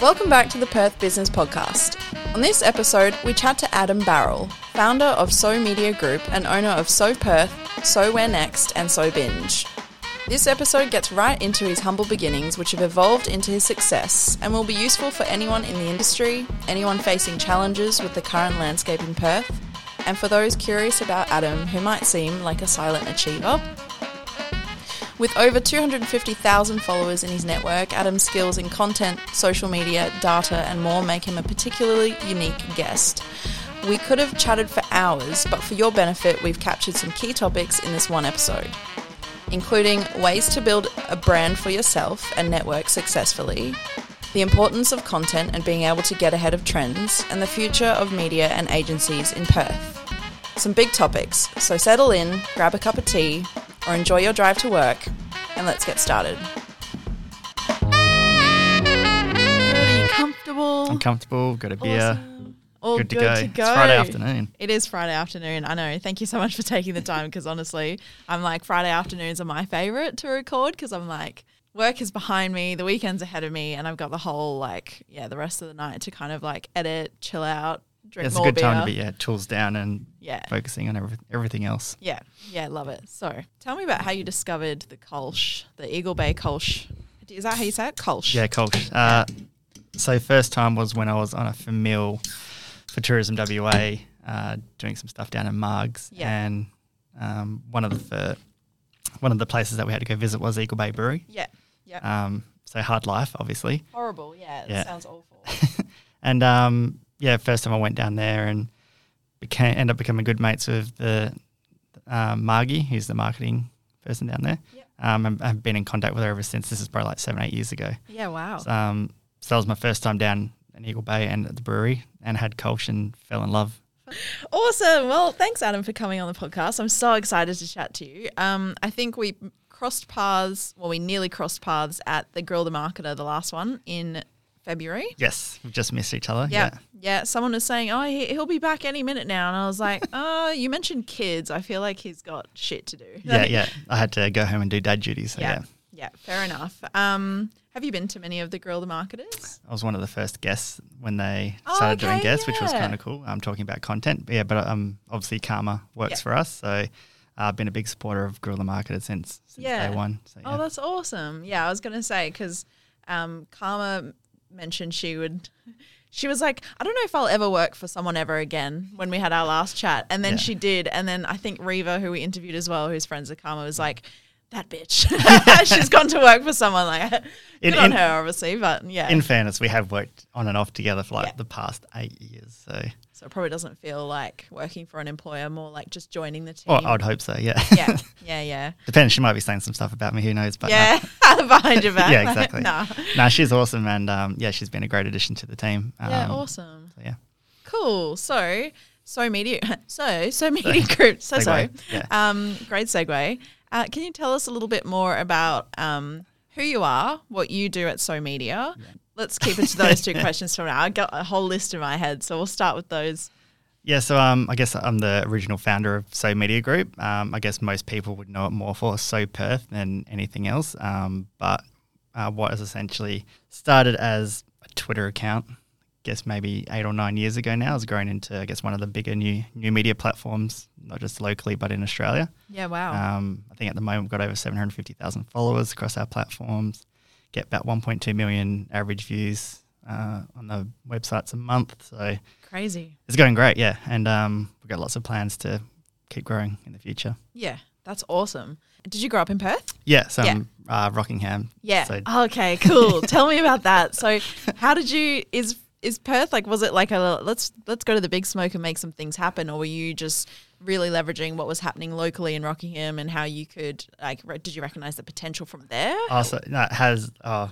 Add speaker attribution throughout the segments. Speaker 1: Welcome back to the Perth Business Podcast. On this episode, we chat to Adam Barrell, founder of So Media Group and owner of So Perth, So Where Next, and So Binge. This episode gets right into his humble beginnings, which have evolved into his success and will be useful for anyone in the industry, anyone facing challenges with the current landscape in Perth, and for those curious about Adam who might seem like a silent achiever. With over 250,000 followers in his network, Adam's skills in content, social media, data, and more make him a particularly unique guest. We could have chatted for hours, but for your benefit, we've captured some key topics in this one episode, including ways to build a brand for yourself and network successfully, the importance of content and being able to get ahead of trends, and the future of media and agencies in Perth. Some big topics, so settle in, grab a cup of tea, or enjoy your drive to work, and let's get started. Are you comfortable?
Speaker 2: I'm comfortable. Got a beer.
Speaker 1: Oh, Awesome. All
Speaker 2: Good, to, go. It's Friday afternoon.
Speaker 1: It is Friday afternoon. I know. Thank you so much for taking the time because honestly, I'm like Friday afternoons are my favorite to record because I'm like work is behind me, the weekend's ahead of me, and I've got the whole like yeah the rest of the night to kind of like edit, chill out, drink
Speaker 2: It's a
Speaker 1: more
Speaker 2: good
Speaker 1: beer.
Speaker 2: time to be yeah, tools down and
Speaker 1: Yeah,
Speaker 2: focusing on everyth- everything else.
Speaker 1: yeah, yeah. Love it. So tell me about how you discovered the Kolsch, the Eagle Bay Kolsch. Is that how you say it? Kolsch.
Speaker 2: Yeah, cool. Uh, so first time was when I was on a famil for Tourism WA, uh, doing some stuff down in Margs,
Speaker 1: Yeah.
Speaker 2: and um, one of the fir- one of the places that we had to go visit was Eagle Bay Brewery.
Speaker 1: Yeah. Yeah.
Speaker 2: Um, so hard life, obviously.
Speaker 1: Horrible. Yeah. That
Speaker 2: yeah.
Speaker 1: sounds awful.
Speaker 2: And um, yeah, first time I went down there and became ended up becoming good mates with the um, Margie, who's the marketing person down there.
Speaker 1: Yep.
Speaker 2: Um, and I've been in contact with her ever since. This is probably like seven, eight years ago.
Speaker 1: yeah. Wow.
Speaker 2: So, um, so that was my first time down in Eagle Bay and at the brewery, and had Kolsch and fell in love.
Speaker 1: Awesome. Well, thanks, Adam, for coming on the podcast. I'm so excited to chat to you. Um, I think we crossed paths, well, we nearly crossed paths at the Grill the Marketer, the last one in February.
Speaker 2: Yes, we've just missed each other.
Speaker 1: Yeah. yeah. Someone was saying, oh, he, he'll be back any minute now. And I was like, oh, you mentioned kids. I feel like he's got shit to do.
Speaker 2: Yeah, yeah. yeah. I had to go home and do dad duties. So yeah.
Speaker 1: Yeah. Yeah, fair enough. Um, have you been to many of the Grill the Marketers?
Speaker 2: I was one of the first guests when they
Speaker 1: Oh,
Speaker 2: started doing
Speaker 1: okay,
Speaker 2: guests, which was
Speaker 1: yeah.
Speaker 2: kind of cool. I'm um, talking about content, but yeah, but um, obviously Karma works
Speaker 1: Yeah.
Speaker 2: for us, so uh, I've been a big supporter of Gorilla Marketer since, since
Speaker 1: Yeah.
Speaker 2: day one. So yeah.
Speaker 1: Oh, that's awesome. Yeah, I was going to say because um, Karma mentioned she would. She was like, I don't know if I'll ever work for someone ever again when we had our last chat. And then
Speaker 2: Yeah.
Speaker 1: she did. And then I think Reva, who we interviewed as well, who's friends with Karma, was like, that bitch. She's gone to work for someone. Like, good
Speaker 2: In-
Speaker 1: on
Speaker 2: in-
Speaker 1: her, obviously. But yeah.
Speaker 2: in fairness, we have worked on and off together for like
Speaker 1: Yeah.
Speaker 2: the past eight years, so
Speaker 1: so it probably doesn't feel like working for an employer, more like just joining the team.
Speaker 2: well, I'd hope so. Yeah,
Speaker 1: yeah. Yeah. Yeah.
Speaker 2: depends. She might be saying some stuff about me. Who knows? But
Speaker 1: yeah. Behind your back.
Speaker 2: yeah, exactly.
Speaker 1: nah.
Speaker 2: no, she's awesome, and um, yeah, she's been a great addition to the team. Um,
Speaker 1: Yeah. awesome.
Speaker 2: so yeah.
Speaker 1: Cool. So, so media, so so media group. So
Speaker 2: Segue,
Speaker 1: sorry.
Speaker 2: yeah.
Speaker 1: Um, great segue. Uh, can you tell us a little bit more about um, who you are, what you do at So Media? Let's keep it to those two questions for now. I got a whole list in my head, so we'll start with those.
Speaker 2: Yeah, so um, I guess I'm the original founder of So Media Group. Um, I guess most people would know it more for So Perth than anything else. Um, but uh, what is essentially started as a Twitter account, I guess maybe eight or nine years ago now, has grown into I guess one of the bigger new new media platforms, not just locally but in Australia.
Speaker 1: Yeah. Wow.
Speaker 2: Um, I think at the moment we've got over 750,000 followers across our platforms, get about 1.2 million average views uh, on the websites a month. So
Speaker 1: Crazy.
Speaker 2: it's going great, yeah. And um, we've got lots of plans to keep growing in the future.
Speaker 1: Yeah. That's awesome. Did you grow up in Perth?
Speaker 2: Yeah, so
Speaker 1: Yeah.
Speaker 2: I'm uh, Rockingham.
Speaker 1: Yeah.
Speaker 2: So
Speaker 1: okay. Cool. Tell me about that. So, how did you is is Perth like? Was it like a let's let's go to the big smoke and make some things happen, or were you just really leveraging what was happening locally in Rockingham and how you could like? Re- did you recognize the potential from there?
Speaker 2: also, no, it has, uh,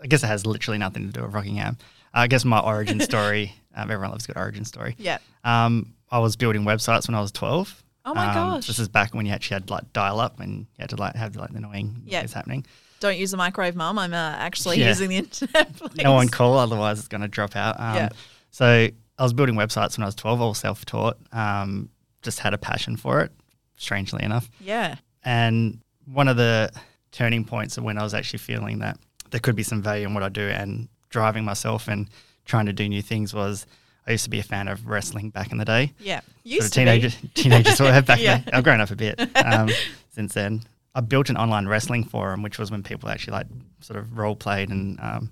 Speaker 2: I guess it has literally nothing to do with Rockingham. I guess my origin story, um, everyone loves a good origin story.
Speaker 1: Yeah.
Speaker 2: Um, I was building websites when I was 12.
Speaker 1: Oh my
Speaker 2: Um,
Speaker 1: gosh.
Speaker 2: This is back when you actually had like dial up and you had to like have like the annoying
Speaker 1: Yeah.
Speaker 2: noise happening.
Speaker 1: Don't use the microwave, Mum. I'm uh, actually
Speaker 2: Yeah.
Speaker 1: using the internet. please.
Speaker 2: No one call, otherwise it's going to drop out. Um,
Speaker 1: Yeah.
Speaker 2: So I was building websites when I was 12, all self taught. Um, just had a passion for it, strangely enough.
Speaker 1: Yeah.
Speaker 2: And one of the turning points of when I was actually feeling that there could be some value in what I do and driving myself and trying to do new things was I used to be a fan of wrestling back in the day.
Speaker 1: Yeah.
Speaker 2: Sort of
Speaker 1: Used to
Speaker 2: teenagers,
Speaker 1: be.
Speaker 2: teenagers were back
Speaker 1: Yeah.
Speaker 2: then. I've grown up a bit um, since then. I built an online wrestling forum, which was when people actually like sort of role played and um,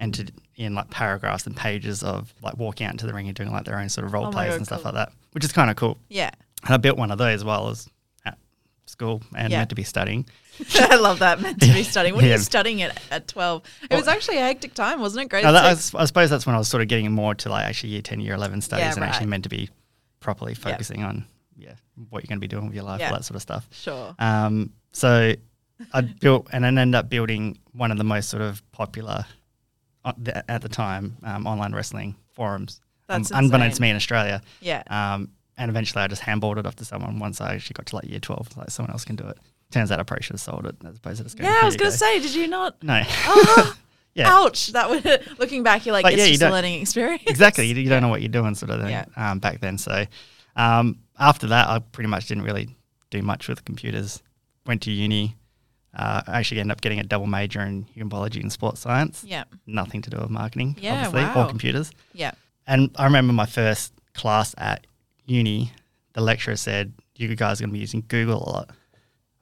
Speaker 2: entered in like paragraphs and pages of like walking out into the ring and doing like their own sort of role
Speaker 1: Oh my
Speaker 2: plays
Speaker 1: God,
Speaker 2: and stuff
Speaker 1: cool.
Speaker 2: like that, which is kind of cool.
Speaker 1: Yeah.
Speaker 2: And I built one of those while I was at school and
Speaker 1: Yeah.
Speaker 2: meant to be studying.
Speaker 1: I love that meant to be studying. What are
Speaker 2: Yeah.
Speaker 1: you studying at at twelve? It was actually a hectic time, wasn't it? Grade
Speaker 2: Now that, I,
Speaker 1: six.
Speaker 2: s- I suppose that's when I was sort of getting more to like actually year 10, year 11 studies
Speaker 1: Yeah,
Speaker 2: and actually
Speaker 1: right.
Speaker 2: meant to be properly focusing on yeah what you're going to be doing with your life,
Speaker 1: Yeah.
Speaker 2: all that sort of stuff.
Speaker 1: Sure.
Speaker 2: Um, so I built and then ended up building one of the most sort of popular uh, th- at the time um, online wrestling forums,
Speaker 1: That's
Speaker 2: unbeknownst to
Speaker 1: insane.
Speaker 2: me in Australia.
Speaker 1: Yeah.
Speaker 2: Um, and eventually I just handballed it off to someone once I actually got to like year 12, like someone else can do it. Turns out I probably should have sold it as opposed to just going,
Speaker 1: Yeah, I
Speaker 2: "Here
Speaker 1: was
Speaker 2: you
Speaker 1: gonna
Speaker 2: go."
Speaker 1: say, did you not?
Speaker 2: No. yeah.
Speaker 1: Ouch! That would looking back, you're like,
Speaker 2: But
Speaker 1: it's
Speaker 2: yeah, you
Speaker 1: just a
Speaker 2: don't-
Speaker 1: learning experience.
Speaker 2: exactly. You, you don't know what you're doing, sort of thing,
Speaker 1: Yeah.
Speaker 2: um, back then. So um, after that, I pretty much didn't really do much with computers. Went to uni. Uh, I actually ended up getting a double major in human biology and sports science.
Speaker 1: Yeah.
Speaker 2: Nothing to do with marketing,
Speaker 1: Yeah,
Speaker 2: obviously,
Speaker 1: wow.
Speaker 2: or computers.
Speaker 1: Yeah.
Speaker 2: And I remember my first class at uni, the lecturer said, You guys are going to be using Google a lot. I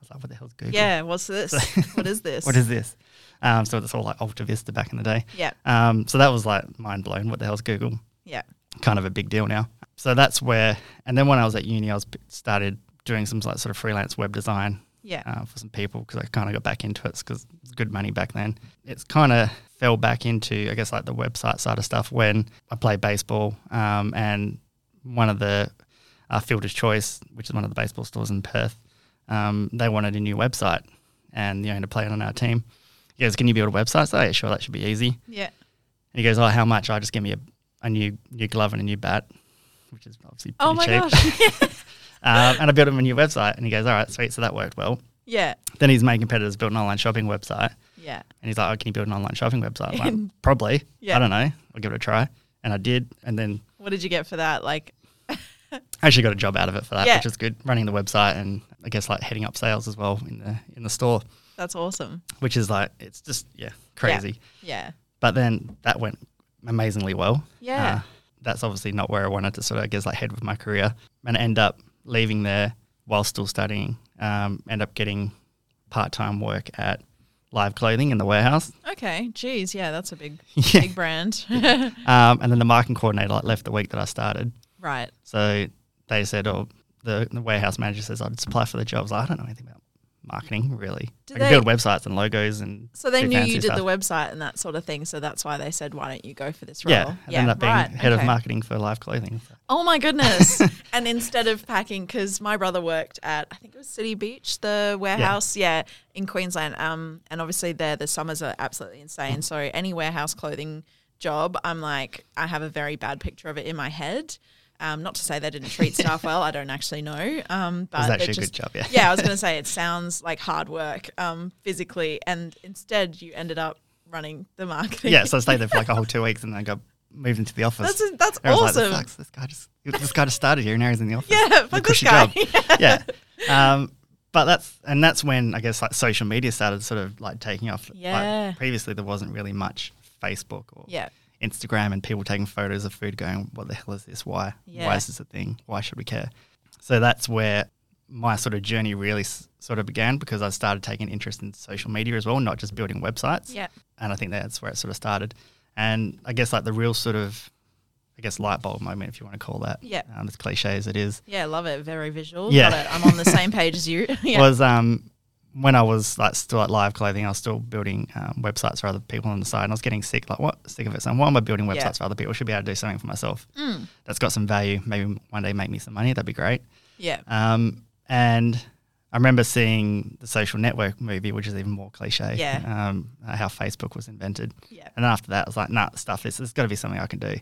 Speaker 2: was like, What the hell's Google?
Speaker 1: Yeah. What's this? what is this?
Speaker 2: What is this? Um, so it's all like Alta Vista back in the day.
Speaker 1: Yeah.
Speaker 2: Um, so that was like mind blown. What the hell's Google?
Speaker 1: Yeah.
Speaker 2: kind of a big deal now. So that's where, and then when I was at uni, I was started doing some like sort of freelance web design
Speaker 1: Yeah.
Speaker 2: uh, for some people because I kind of got back into it because it's good money back then. It's kind of fell back into I guess like the website side of stuff when I played baseball um, and one of the uh, Fielder's Choice, which is one of the baseball stores in Perth, um, they wanted a new website and the owner played on our team. He goes, "Can you build a website?" I said, "Oh, yeah, sure, that should be easy."
Speaker 1: Yeah.
Speaker 2: And he goes, "Oh, how much? I just give me a, a new new glove and a new bat, which is obviously pretty
Speaker 1: Oh my
Speaker 2: cheap."
Speaker 1: gosh.
Speaker 2: um, and I built him a new website, and he goes, "All right, sweet." So that worked well.
Speaker 1: yeah.
Speaker 2: Then his main competitors built an online shopping website,
Speaker 1: Yeah.
Speaker 2: and he's like, "Oh, can you build an online shopping website?" I'm like, Probably.
Speaker 1: Yeah.
Speaker 2: I don't know. I'll give it a try, and I did. And then
Speaker 1: What did you get for that? Like,
Speaker 2: I actually got a job out of it for that,
Speaker 1: Yeah.
Speaker 2: which is good. Running the website, and I guess like heading up sales as well in the in the store,
Speaker 1: that's awesome.
Speaker 2: which is like it's just yeah crazy.
Speaker 1: Yeah.
Speaker 2: But then that went amazingly well. Uh,
Speaker 1: Yeah.
Speaker 2: that's obviously not where I wanted to sort of, I guess, like head with my career and I end up leaving there while still studying. Um, end up getting part time work at Live Clothing in the warehouse.
Speaker 1: Okay. Geez. Yeah. That's a big,
Speaker 2: Yeah.
Speaker 1: big brand.
Speaker 2: Um, and then the marketing coordinator like, left the week that I started.
Speaker 1: right.
Speaker 2: So they said, oh, the, the warehouse manager says I'd apply for the job. I was like, I don't know anything about marketing really.
Speaker 1: Do
Speaker 2: I can
Speaker 1: they-
Speaker 2: build websites and logos and
Speaker 1: So they
Speaker 2: do
Speaker 1: knew
Speaker 2: fancy
Speaker 1: you did
Speaker 2: stuff.
Speaker 1: the website and that sort of thing. So that's why they said, why don't you go for this role?
Speaker 2: Yeah, I ended up being head of
Speaker 1: okay.
Speaker 2: marketing for Live Clothing. So-
Speaker 1: Oh my goodness. and instead of packing, because my brother worked at, I think it was City Beach, the warehouse, yeah, in Queensland. Um, and obviously there, the summers are absolutely insane. So any warehouse clothing job, I'm like, I have a very bad picture of it in my head. Um, not to say they didn't treat staff well, I don't actually know. Um, but
Speaker 2: was
Speaker 1: they're
Speaker 2: actually a good
Speaker 1: just,
Speaker 2: job, yeah.
Speaker 1: yeah, I was going to say it sounds like hard work um, physically, and instead you ended up running the marketing.
Speaker 2: yeah, so I stayed there for like a whole two weeks and then I got moved into the office.
Speaker 1: That's- that's
Speaker 2: I was like,
Speaker 1: awesome.
Speaker 2: this, sucks. this guy just this guy just started here and now he's in the office.
Speaker 1: Yeah,
Speaker 2: What a
Speaker 1: fuck this
Speaker 2: cushy
Speaker 1: guy.
Speaker 2: job. yeah. Um, but that's and that's when I guess like social media started sort of like taking off. Like,
Speaker 1: Yeah.
Speaker 2: previously there wasn't really much Facebook or
Speaker 1: Yeah.
Speaker 2: Instagram and people taking photos of food going, What the hell is this? Why?
Speaker 1: Yeah.
Speaker 2: Why is this a thing? Why should we care? So that's where my sort of journey really s- sort of began because I started taking interest in social media as well, not just building websites
Speaker 1: Yeah.
Speaker 2: and I think that's where it sort of started. And I guess like the real sort of, I guess light bulb moment, if you want to call that,
Speaker 1: Yeah.
Speaker 2: um, as cliche as it is,
Speaker 1: Yeah, love it. Very visual.
Speaker 2: Yeah.
Speaker 1: Got it. I'm on the same page as you. yeah.
Speaker 2: was um when I was like still at live clothing, I was still building um, websites for other people on the side, and I was getting sick, like what sick of it. So why am I building websites
Speaker 1: Yeah. Mm.
Speaker 2: for other people? I should be able to do something for myself. That's got some value. Maybe one day make me some money. That'd be great.
Speaker 1: yeah.
Speaker 2: Um, and I remember seeing the social network movie, which is even more cliche.
Speaker 1: Yeah.
Speaker 2: Um, uh, how Facebook was invented.
Speaker 1: Yeah.
Speaker 2: And then after that, I was like, nah, stuff this. There's got to be something I can do. I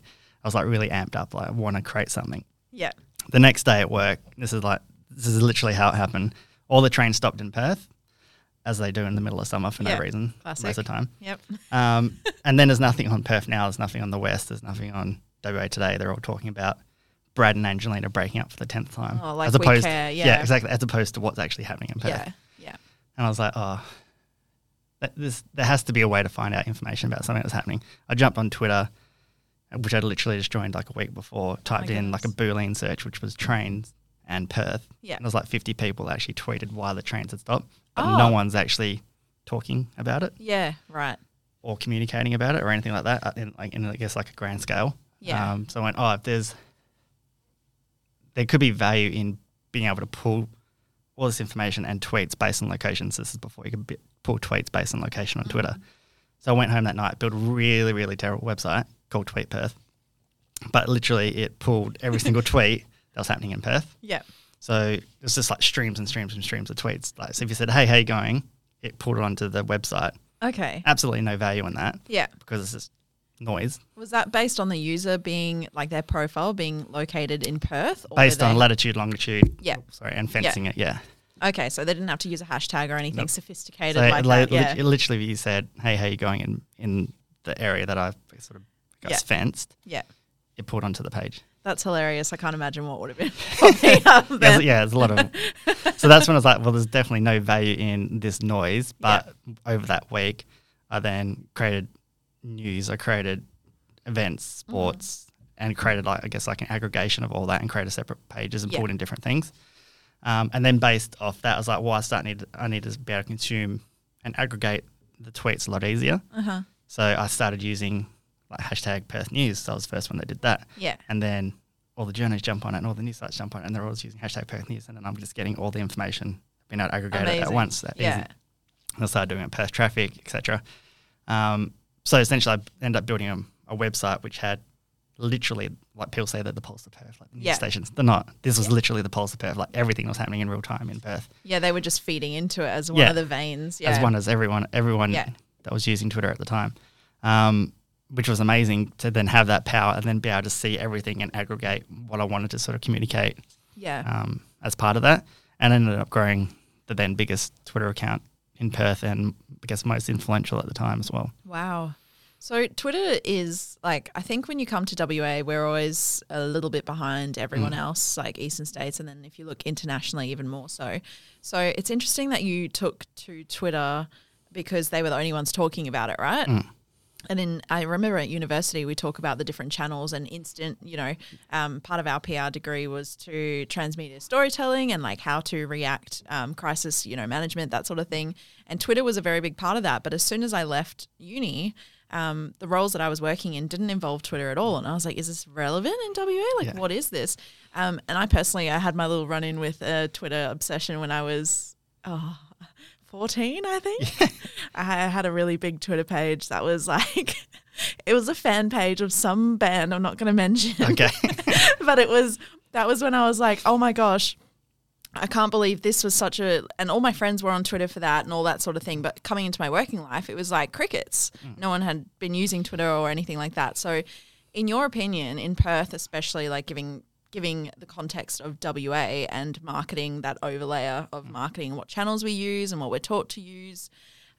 Speaker 2: was like really amped up, like I want to create something.
Speaker 1: Yeah.
Speaker 2: The next day at work, this is like this is literally how it happened. All the trains stopped in Perth, as they do in the middle of summer for
Speaker 1: Yeah.
Speaker 2: no reason
Speaker 1: Classic.
Speaker 2: most of the time.
Speaker 1: Yep.
Speaker 2: Um, and then there's nothing on Perth now. There's nothing on the West. There's nothing on WA today. They're all talking about Brad and Angelina breaking up for the tenth time.
Speaker 1: Oh, like
Speaker 2: as
Speaker 1: we
Speaker 2: opposed,
Speaker 1: care, yeah.
Speaker 2: exactly. As opposed to what's actually happening in Perth.
Speaker 1: Yeah. Yeah.
Speaker 2: And I was like, oh, that there's, there has to be a way to find out information about something that's happening. I jumped on Twitter, uh, which I'd literally just joined like a week
Speaker 1: Oh
Speaker 2: before, typed in like a Boolean search, which was trains and Perth.
Speaker 1: Yeah.
Speaker 2: And there's like 50 people actually tweeted why the trains had stopped, but
Speaker 1: Oh.
Speaker 2: no one's actually talking about it
Speaker 1: Yeah, right.
Speaker 2: or communicating about it or anything like that, uh, in, like, in I guess like a grand scale.
Speaker 1: Yeah.
Speaker 2: Um, so I went, oh, if there's, there could be value in being able to pull all this information and tweets based on locations. This is before you could bi- pull tweets based on location on Twitter. So I went home that night, built a really, really terrible website called Tweet Perth. But literally, it pulled every single tweet that was happening in Perth.
Speaker 1: Yeah.
Speaker 2: So it was just like streams and streams and streams of tweets. Like, so if you said, hey, how you going? It pulled it onto the website.
Speaker 1: Okay.
Speaker 2: Absolutely no value in that
Speaker 1: Yeah.
Speaker 2: because it's just noise
Speaker 1: Was that based on the user being like their profile being located in Perth? Or were
Speaker 2: based on
Speaker 1: they-
Speaker 2: latitude, longitude. Oh,
Speaker 1: Yeah.
Speaker 2: Sorry, and fencing it. Yeah.
Speaker 1: Okay, so they didn't have to use a hashtag or anything
Speaker 2: Nope.
Speaker 1: sophisticated
Speaker 2: So
Speaker 1: like
Speaker 2: it, li-
Speaker 1: that. Yeah.
Speaker 2: lit- it literally you said, hey, how you going in, in the area that I've sort of I guess,
Speaker 1: Yeah.
Speaker 2: fenced,
Speaker 1: yeah.
Speaker 2: it pulled onto the page.
Speaker 1: That's hilarious. I can't imagine what would have been popping up
Speaker 2: Yeah, there's-
Speaker 1: then.
Speaker 2: yeah, there's a lot of. so that's when I was like, well, there's definitely no value in this noise. But over that week, I then created news, I created events, sports, and created like I guess like an aggregation of all that, and created separate pages and
Speaker 1: Yeah.
Speaker 2: pulled in different things. Um, and then based off that, I was like, well, I start need I need to be able to consume and aggregate the tweets a lot easier.
Speaker 1: Uh-huh.
Speaker 2: So I started using like hashtag Perth News. So I was the first one that did that.
Speaker 1: Yeah.
Speaker 2: And then all the journalists jump on it and all the news sites jump on it and they're all using hashtag Perth News. And then I'm just getting all the information, being able to aggregate it at
Speaker 1: Amazing.
Speaker 2: once. That
Speaker 1: Yeah.
Speaker 2: easy. And I started doing it Perth traffic, etc. Um, so essentially, I ended up building a, a website which had literally, like people say, that the pulse of Perth, like the news
Speaker 1: Yeah.
Speaker 2: stations. They're not. This was literally the pulse of Perth. Like everything was happening in real time in Perth.
Speaker 1: Yeah, they were just feeding into it as one
Speaker 2: Yeah.
Speaker 1: of the veins. Yeah.
Speaker 2: as one as everyone everyone
Speaker 1: Yeah.
Speaker 2: that was using Twitter at the time, um, which was amazing to then have that power and then be able to see everything and aggregate what I wanted to sort of communicate
Speaker 1: yeah.
Speaker 2: um, as part of that, and I ended up growing the then biggest Twitter account in Perth and I guess most influential at the time as well.
Speaker 1: Wow. So Twitter is like I think when you come to WA, we're always a little bit behind everyone else, like eastern states, and then if you look internationally, even more so. So it's interesting that you took to Twitter because they were the only ones talking about it, right? And in I remember at university we talk about the different channels and instant. You know, um, part of our PR degree was to transmedia storytelling and like how to react um, crisis, you know, management that sort of thing. And Twitter was a very big part of that. But as soon as I left uni, um, the roles that I was working in didn't involve Twitter at all. And I was like, is this relevant in WA? Like,
Speaker 2: Yeah.
Speaker 1: what is this? Um, and I personally, I had my little run in with a Twitter obsession when I was oh, 14, I think. I had a really big Twitter page that was like, it was a fan page of some band I'm not going to mention.
Speaker 2: Okay,
Speaker 1: but it was, that was when I was like, oh my gosh. I can't believe this was such a, and all my friends were on Twitter for that and all that sort of thing. But coming into my working life, it was like crickets. No one had been using Twitter or anything like that. So, in your opinion, in Perth, especially like giving giving the context of WA and marketing that overlayer of marketing, what channels we use and what we're taught to use,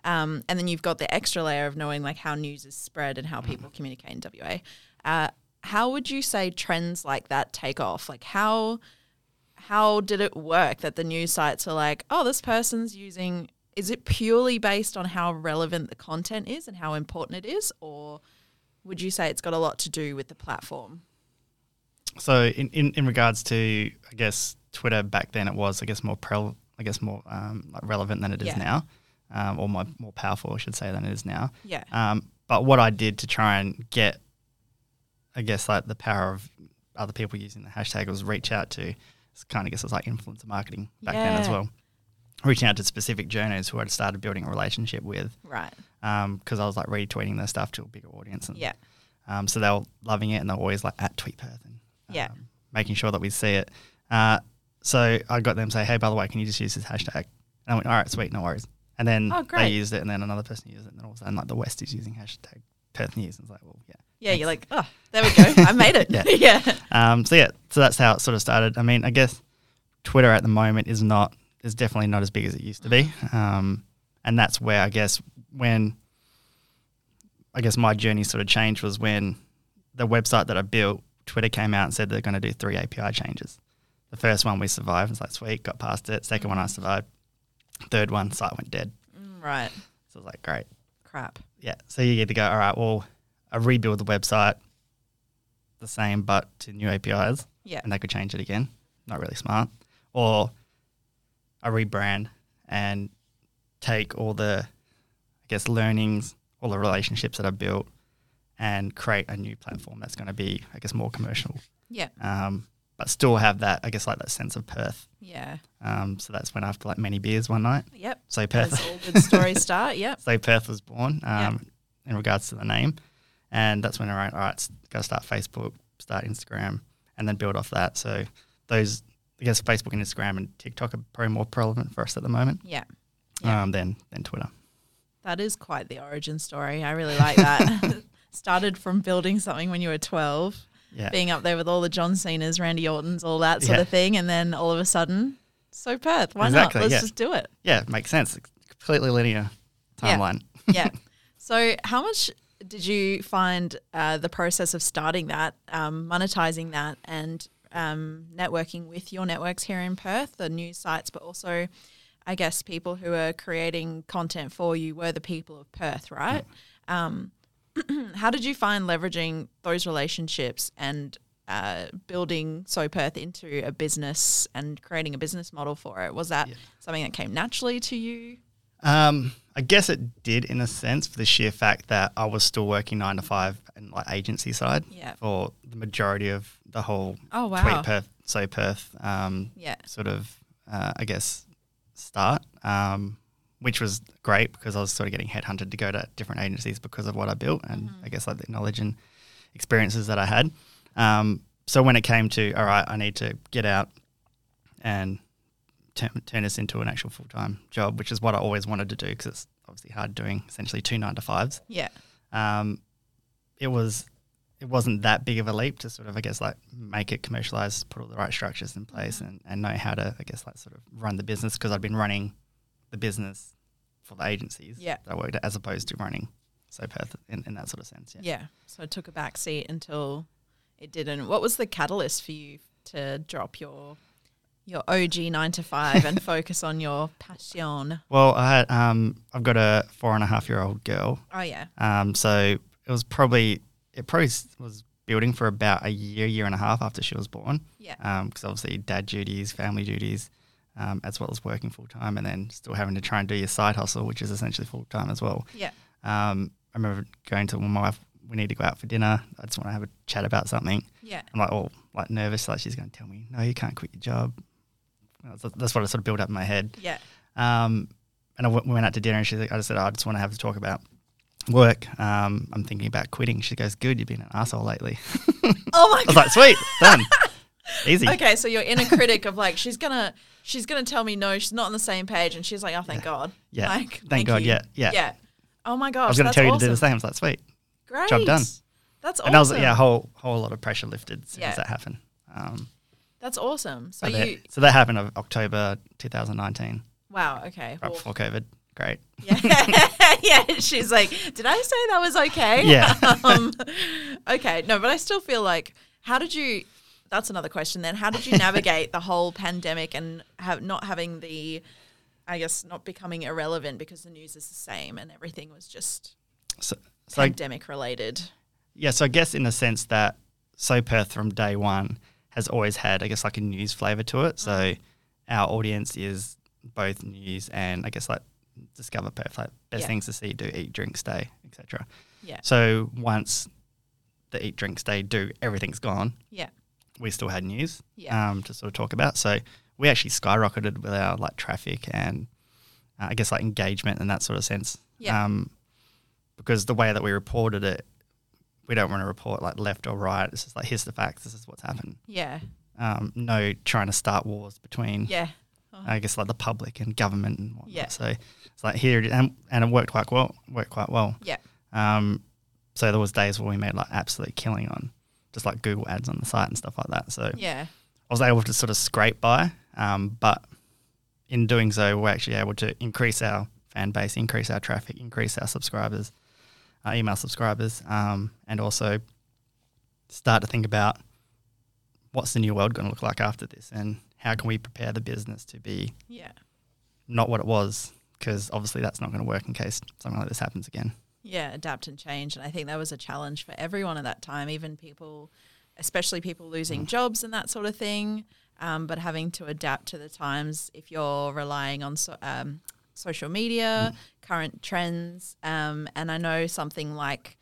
Speaker 1: um, and then you've got the extra layer of knowing like how news is spread and how
Speaker 2: Mm-hmm.
Speaker 1: people communicate in WA. Uh, how would you say trends like that take off? Like how how did it work that the news sites were like, oh, this person's using? Is it purely based on how relevant the content is and how important it is, or would you say it's got a lot to do with the platform?
Speaker 2: so in, in in regards to I guess Twitter back then, it was I guess more prel- I guess more um, like relevant than it is
Speaker 1: Yeah.
Speaker 2: now, um, or more, more powerful I should say than it is now.
Speaker 1: Yeah,
Speaker 2: Um, but what I did to try and get, I guess, like the power of other people using the hashtag was reach out to, kind of guess it was like influencer marketing back then as
Speaker 1: Yeah.
Speaker 2: well. Reaching out to specific journalists who I'd started building a relationship with
Speaker 1: right.
Speaker 2: because I was like retweeting their stuff to a bigger audience. And,
Speaker 1: Yeah,
Speaker 2: Um, so they were loving it and they were always like at Tweet Perth and
Speaker 1: Yeah.
Speaker 2: um, making sure that we see it. Uh, so I got them say, hey, by the way, can you just use this hashtag? And I went, all right, sweet, no worries. And then
Speaker 1: Oh,
Speaker 2: they
Speaker 1: great.
Speaker 2: used it, and then another person used it, and then all of a sudden, like the West is using hashtag Perth News, and it's like, well, yeah.
Speaker 1: yeah. You're like, oh, there we go. I made it.
Speaker 2: Yeah.
Speaker 1: yeah.
Speaker 2: Um, so yeah, so that's how it sort of started. I mean, I guess Twitter at the moment is not is definitely not as big as it used to be, um, and that's where I guess when I guess my journey sort of changed was when the website that I built, Twitter came out and said they're going to do three API changes. The first one we survived, it's like sweet, got past it. Second one I survived. Third one, site went dead.
Speaker 1: Mm, Right.
Speaker 2: So I was like, great.
Speaker 1: Crap.
Speaker 2: Yeah. So you either go, all right, well, I rebuild the website the same but to new APIs
Speaker 1: Yeah.
Speaker 2: and they could change it again. Not really smart. Or I rebrand and take all the, I guess, learnings, all the relationships that I've built and create a new platform that's going to be, I guess, more commercial.
Speaker 1: Yeah.
Speaker 2: Um, but still have that, I guess, like that sense of Perth.
Speaker 1: Yeah.
Speaker 2: Um, so that's when after like many beers one night.
Speaker 1: Yep.
Speaker 2: So
Speaker 1: That's
Speaker 2: Perth.
Speaker 1: all good stories start. Yep.
Speaker 2: So Perth was born
Speaker 1: Yeah.
Speaker 2: um, in regards to the name, and that's when I went, all right, got to start Facebook, start Instagram, and then build off that. So those, I guess, Facebook and Instagram and TikTok are probably more relevant for us at the moment
Speaker 1: Yeah. Yeah.
Speaker 2: um, than than Twitter.
Speaker 1: That is quite the origin story. I really like that. Started from building something when you were 12,
Speaker 2: Yeah,
Speaker 1: being up there with all the John Cena's, Randy Orton's, all that sort
Speaker 2: Yeah.
Speaker 1: of thing. And then all of a sudden, so Perth, why
Speaker 2: Exactly,
Speaker 1: not? Let's
Speaker 2: yeah.
Speaker 1: just do it.
Speaker 2: yeah, makes sense. It's completely linear
Speaker 1: Yeah.
Speaker 2: timeline.
Speaker 1: Yeah. so, how much did you find uh, the process of starting that, um, monetizing that, and um, networking with your networks here in Perth, the news sites, but also, I guess, people who are creating content for you were the people of Perth, right? Um, how did you find leveraging those relationships and uh, building So Perth into a business and creating a business model for it? Was that something that came naturally to you?
Speaker 2: Um, I guess it did in a sense for the sheer fact that I was still working nine to five and like agency side
Speaker 1: Yeah.
Speaker 2: for the majority of the whole
Speaker 1: Oh, wow.
Speaker 2: Tweet Perth, So Perth um,
Speaker 1: Yeah.
Speaker 2: sort of, uh, I guess, start, um, which was great because I was sort of getting headhunted to go to different agencies because of what I built and I guess like the knowledge and experiences that I had. Um, so when it came to, all right, I need to get out and turn, turn this into an actual full time job, which is what I always wanted to do because it's obviously hard doing essentially two nine to fives.
Speaker 1: Yeah.
Speaker 2: Um, it was it wasn't that big of a leap to sort of I guess like make it commercialized, put all the right structures in place, and, and know how to I guess like sort of run the business because I'd been running the business for the agencies
Speaker 1: Yeah.
Speaker 2: that I worked at as opposed to running so Perth in, in that sort of sense. Yeah.
Speaker 1: Yeah. So it took a back seat until it didn't. What was the catalyst for you to drop your your OG nine to five and focus on your passion?
Speaker 2: Well, I had, um, I've got a four and a half year old girl
Speaker 1: Oh yeah.
Speaker 2: Um, so it was probably it probably s- was building for about a year, year and a half after she was born.
Speaker 1: Yeah.
Speaker 2: Because um, obviously dad duties, family duties, um, as well as working full time, and then still having to try and do your side hustle, which is essentially full time as well.
Speaker 1: Yeah.
Speaker 2: Um, I remember going to my wife. We need to go out for dinner. I just want to have a chat about something.
Speaker 1: Yeah.
Speaker 2: I'm like, all like nervous, like she's going to tell me, no, you can't quit your job. That's that's what I sort of built up in my head.
Speaker 1: Yeah.
Speaker 2: Um, and I w- we went out to dinner, and she's like, I just said, "Oh, I just want to have to talk about work. Um, I'm thinking about quitting. She goes, Good, you've been an asshole lately.
Speaker 1: Oh my
Speaker 2: I was like, Sweet, done, easy.
Speaker 1: Okay, so your inner critic of like she's gonna she's gonna tell me no, she's not on the same page and she's like, Oh thank God.
Speaker 2: Yeah.
Speaker 1: Like
Speaker 2: Thank God,
Speaker 1: you.
Speaker 2: yeah, yeah.
Speaker 1: Oh my gosh.
Speaker 2: I was going to tell you to do the
Speaker 1: awesome.
Speaker 2: same. I was like, Sweet,
Speaker 1: Great.
Speaker 2: Job done.
Speaker 1: That's awesome.
Speaker 2: and I was like, yeah, a whole whole lot of pressure lifted as soon
Speaker 1: Yeah.
Speaker 2: as that happened. Um,
Speaker 1: That's awesome. So
Speaker 2: so,
Speaker 1: you
Speaker 2: that, so that happened of October 2019,
Speaker 1: wow, okay.
Speaker 2: right
Speaker 1: Well,
Speaker 2: before COVID. Great.
Speaker 1: Yeah. yeah. She's like, did I say that was okay?
Speaker 2: Yeah.
Speaker 1: um, okay. No, but I still feel like, how did you, that's another question then. How did you navigate the whole pandemic and have not having the, I guess, not becoming irrelevant because the news is the same and everything was just
Speaker 2: So, so
Speaker 1: pandemic related?
Speaker 2: Yeah, so I guess in the sense that So Perth from day one has always had, I guess, like a news flavour to it. So
Speaker 1: Mm-hmm.
Speaker 2: our audience is both news and I guess like discover Perth, like best
Speaker 1: Yeah.
Speaker 2: things to see, do, eat, drink, stay, etc.
Speaker 1: Yeah.
Speaker 2: So once the eat, drink, stay, do, everything's gone,
Speaker 1: Yeah.
Speaker 2: we still had news
Speaker 1: Yeah.
Speaker 2: um, to sort of talk about. So we actually skyrocketed with our like traffic and uh, I guess like engagement in that sort of sense.
Speaker 1: Yeah.
Speaker 2: Um, because the way that we reported it, we don't want to report like left or right. It's just like here's the facts. This is what's happened.
Speaker 1: Yeah.
Speaker 2: Um, no trying to start wars between
Speaker 1: Yeah.
Speaker 2: I guess like the public and government and whatnot.
Speaker 1: Yeah.
Speaker 2: So it's like here it is, and, and it worked quite well. Worked quite well.
Speaker 1: Yeah.
Speaker 2: Um, so there was days where we made like absolute killing on just like Google ads on the site and stuff like that. So
Speaker 1: Yeah.
Speaker 2: I was able to sort of scrape by, um, but in doing so, we're actually able to increase our fan base, increase our traffic, increase our subscribers, our email subscribers, um, and also start to think about what's the new world going to look like after this, and how can we prepare the business to be
Speaker 1: Yeah.
Speaker 2: not what it was because obviously that's not going to work in case something like this happens again.
Speaker 1: Yeah, adapt and change. And I think that was a challenge for everyone at that time, even people, especially people losing jobs and that sort of thing. Um, but having to adapt to the times if you're relying on so, um, social media, current trends. Um, and I know something like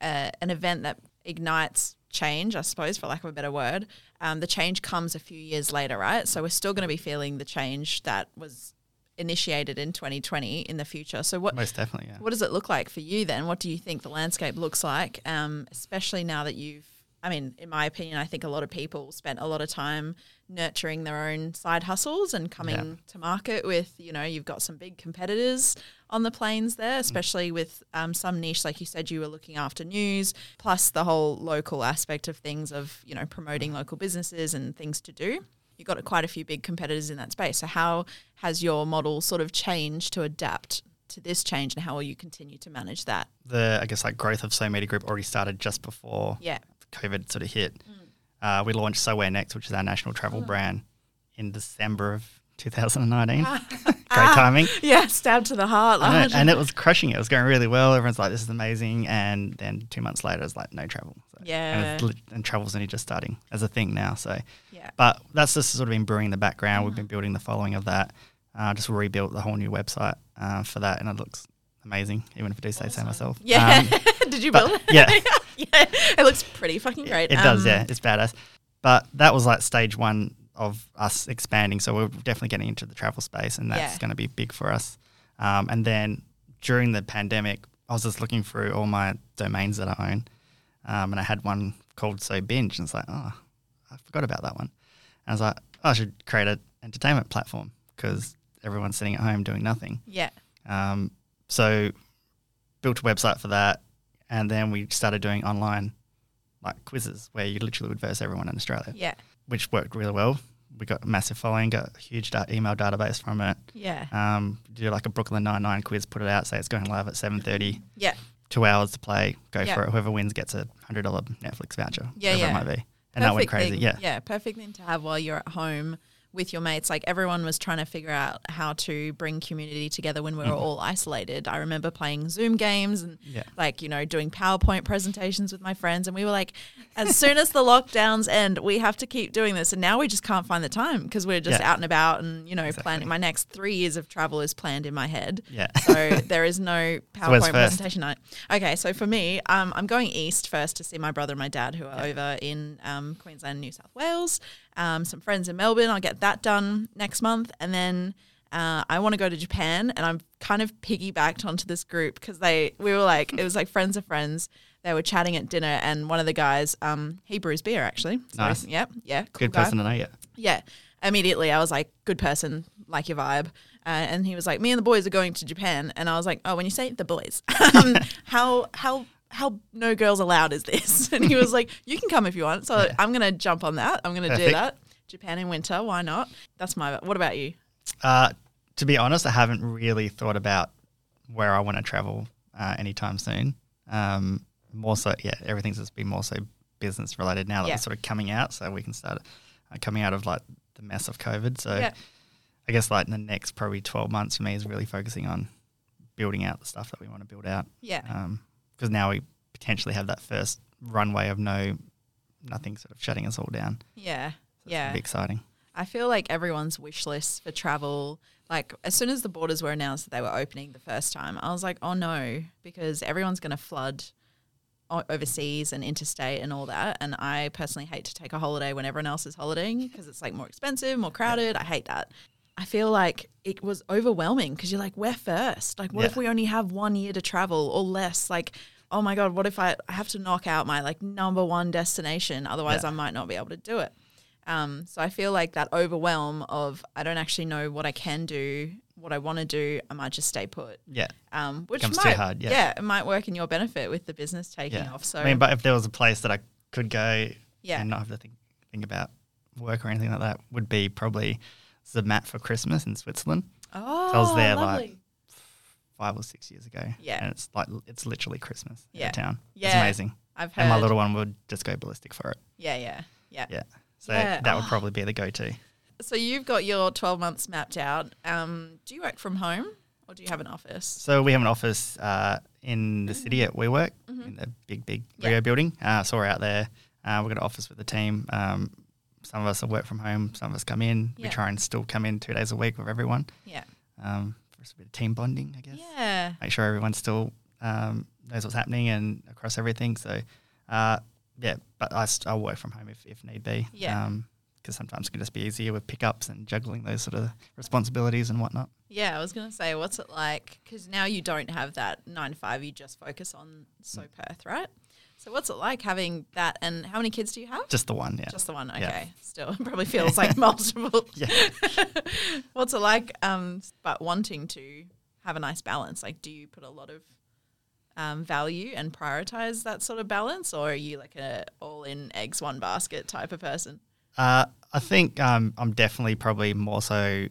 Speaker 1: uh, an event that ignites change, I suppose, for lack of a better word, um, the change comes a few years later, right? So we're still going to be feeling the change that was initiated in 2020 in the future. So what
Speaker 2: Most definitely, yeah.
Speaker 1: what does it look like for you then? What do you think the landscape looks like, um, especially now that you've? I mean, in my opinion, I think a lot of people spent a lot of time nurturing their own side hustles and coming to market with, you know, you've got some big competitors on the planes there, especially with um, some niche, like you said, you were looking after news, plus the whole local aspect of things of, you know, promoting local businesses and things to do you've got quite a few big competitors in that space. So how has your model sort of changed to adapt to this change and how will you continue to manage that?
Speaker 2: The I guess like growth of So Media Group already started just before
Speaker 1: Yeah.
Speaker 2: COVID sort of hit.
Speaker 1: Mm.
Speaker 2: Uh, we launched SoWare Next, which is our national travel brand, in December of 2019.
Speaker 1: Ah.
Speaker 2: Great timing.
Speaker 1: Yeah, stabbed to the heart.
Speaker 2: I know, and it was crushing. It was going really well. Everyone's like, "This is amazing," and then two months later, it's like no travel. So,
Speaker 1: Yeah.
Speaker 2: and, it's lit- and travel's only just starting as a thing now. So,
Speaker 1: Yeah.
Speaker 2: but that's just sort of been brewing in the background.
Speaker 1: Mm-hmm.
Speaker 2: We've been building the following of that. Uh, just rebuilt the whole new website uh, for that, and it looks amazing. Even if I do say so myself.
Speaker 1: yeah.
Speaker 2: Um,
Speaker 1: Did you build
Speaker 2: but
Speaker 1: it?
Speaker 2: yeah,
Speaker 1: yeah. It looks pretty fucking great.
Speaker 2: it does.
Speaker 1: Um,
Speaker 2: Yeah, it's badass. But that was like stage one of us expanding. So we're definitely getting into the travel space, and that's
Speaker 1: Yeah.
Speaker 2: going to be big for us. Um, and then during the pandemic, I was just looking through all my domains that I own, um, and I had one called So Binge, and it's like, oh, I forgot about that one. And I was like, "Oh, I should create an entertainment platform because everyone's sitting at home doing nothing.
Speaker 1: Yeah.
Speaker 2: Um, so built a website for that, and then we started doing online like quizzes where you literally would verse everyone in Australia,
Speaker 1: Yeah.
Speaker 2: which worked really well. We got a massive following, got a huge da- email database from it.
Speaker 1: Yeah.
Speaker 2: Um, do like a Brooklyn Nine Nine quiz, put it out, say it's going live at seven thirty.
Speaker 1: Yeah.
Speaker 2: Two hours to play, go
Speaker 1: Yeah.
Speaker 2: for it. Whoever wins gets a hundred dollar Netflix voucher,
Speaker 1: Yeah,
Speaker 2: whatever
Speaker 1: yeah.
Speaker 2: it might be. And that went
Speaker 1: Perfect
Speaker 2: crazy.
Speaker 1: thing-
Speaker 2: Yeah,
Speaker 1: Yeah. Perfect thing to have while you're at home with your mates. Like everyone was trying to figure out how to bring community together when we were all isolated. I remember playing Zoom games and
Speaker 2: Mm. Yeah.
Speaker 1: like, you know, doing PowerPoint presentations with my friends. And we were like, as soon as the lockdowns end, we have to keep doing this. And now we just can't find the time because we're just
Speaker 2: Yeah.
Speaker 1: out and about and, you know, planning
Speaker 2: Exactly.
Speaker 1: my next three years of travel is planned in my head.
Speaker 2: yeah,
Speaker 1: So there is no
Speaker 2: where's
Speaker 1: PowerPoint
Speaker 2: first?
Speaker 1: presentation night. Okay, so for me, um, I'm going east first to see my brother and my dad who are over in um, Queensland, New South Wales. Um, some friends in Melbourne. I'll get that done next month, and then. Uh, I want to go to Japan, and I'm kind of piggybacked onto this group because they we were like it was like friends of friends. They were chatting at dinner, and one of the guys, um, he brews beer actually. So,
Speaker 2: Nice.
Speaker 1: yeah, yeah, cool
Speaker 2: good
Speaker 1: guy.
Speaker 2: person to know. Yeah,
Speaker 1: Yeah. Immediately, I was like, good person, like your vibe. Uh, and he was like, me and the boys are going to Japan. And I was like, oh, when you say the boys, um, how, how, how no girls allowed is this? And he was like, you can come if you want. So I'm going to jump on that. I'm going to do
Speaker 2: Perfect.
Speaker 1: that. Japan in winter, why not? That's my, what about you?
Speaker 2: Uh, to be honest, I haven't really thought about where I want to travel uh, anytime soon. Um, more so, yeah, everything's just been more so business related now that
Speaker 1: Yeah.
Speaker 2: we're sort of coming out, so we can start uh, coming out of like the mess of COVID. So
Speaker 1: Yeah.
Speaker 2: I guess like the next probably 12 months for me is really focusing on building out the stuff that we want to build out
Speaker 1: Yeah.
Speaker 2: because now we potentially have that first runway of no nothing sort of shutting us all down.
Speaker 1: Yeah.
Speaker 2: It's gonna
Speaker 1: Yeah.
Speaker 2: be exciting.
Speaker 1: I feel like everyone's wish list for travel, like as soon as the borders were announced that they were opening the first time, I was like, oh no, because everyone's going to flood o- overseas and interstate and all that. And I personally hate to take a holiday when everyone else is holidaying because it's like more expensive, more crowded. I hate that. I feel like it was overwhelming because you're like, we're first. Like, what if
Speaker 2: Yeah.
Speaker 1: we only have one year to travel or less? Like, oh my God, what if I, I have to knock out my like number one destination? Otherwise,
Speaker 2: Yeah.
Speaker 1: I might not be able to do it. Um, so I feel like that overwhelm of I don't actually know what I can do, what I want to do. I might just stay put,
Speaker 2: Yeah.
Speaker 1: um, which
Speaker 2: Becomes too
Speaker 1: might,
Speaker 2: hard, yeah.
Speaker 1: it might work in your benefit with the business taking off. So
Speaker 2: I mean, but if there was a place that I could go
Speaker 1: Yeah.
Speaker 2: and not have to think, think about work or anything like that, would be probably Zermatt for Christmas in Switzerland.
Speaker 1: oh,
Speaker 2: I was there, like,
Speaker 1: lovely.
Speaker 2: Five or six years ago,
Speaker 1: Yeah.
Speaker 2: and it's like it's literally Christmas in
Speaker 1: Yeah.
Speaker 2: the town. it's
Speaker 1: Yeah.
Speaker 2: amazing,
Speaker 1: I've heard,
Speaker 2: and my little one would just go ballistic for it.
Speaker 1: yeah, yeah, yeah,
Speaker 2: Yeah, so
Speaker 1: Yeah.
Speaker 2: that would
Speaker 1: Oh.
Speaker 2: probably be the go-to.
Speaker 1: So you've got your twelve months mapped out. Um, do you work from home, Or do you have an office?
Speaker 2: So we have an office uh, in the city at WeWork in the big, big Rio
Speaker 1: Mm-hmm. Yeah.
Speaker 2: building. Uh, so we're out there. Uh, we've got an office with the team. Um, some of us work from home. Some of us come in.
Speaker 1: Yeah.
Speaker 2: We try and still come in two days a week with everyone
Speaker 1: Yeah.
Speaker 2: um, for a bit of team bonding, I guess.
Speaker 1: Yeah.
Speaker 2: Make sure everyone still um, knows what's happening and across everything. So, uh, yeah, but I, st- I work from home if, if need be.
Speaker 1: Yeah.
Speaker 2: because sometimes it can just be easier with pickups and juggling those sort of responsibilities and whatnot.
Speaker 1: Yeah, I was going to say, what's it like? Because now you don't have that nine to five, you just focus on So
Speaker 2: Mm.
Speaker 1: Perth, right? So, what's it like having that? And how many kids do you have?
Speaker 2: Just the one, yeah.
Speaker 1: Just the one, okay.
Speaker 2: Yeah.
Speaker 1: Still, it probably feels like multiple.
Speaker 2: Yeah.
Speaker 1: What's it like? Um, but wanting to have a nice balance, like, do you put a lot of um, value and prioritize that sort of balance, or are you like a all in eggs one basket type of person?
Speaker 2: Uh, I think um, I'm definitely probably more so.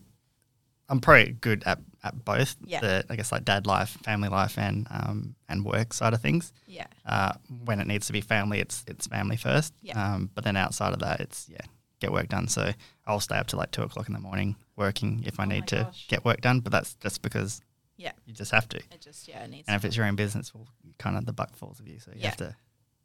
Speaker 2: I'm probably good at, at both.
Speaker 1: Yeah.
Speaker 2: The, I guess like dad life, family life, and um, and work side of things.
Speaker 1: Yeah,
Speaker 2: Uh, when it needs to be family, it's it's family first.
Speaker 1: Yeah.
Speaker 2: Um, but then outside of that, it's yeah, get work done. So I'll stay up till like two o'clock in the morning working if I
Speaker 1: Oh my
Speaker 2: need to
Speaker 1: gosh.
Speaker 2: get work done. But that's just because
Speaker 1: yeah.
Speaker 2: you just have to.
Speaker 1: It just yeah it needs.
Speaker 2: And if it's your own business, well, kind of the buck falls with you. So you
Speaker 1: Yeah.
Speaker 2: have to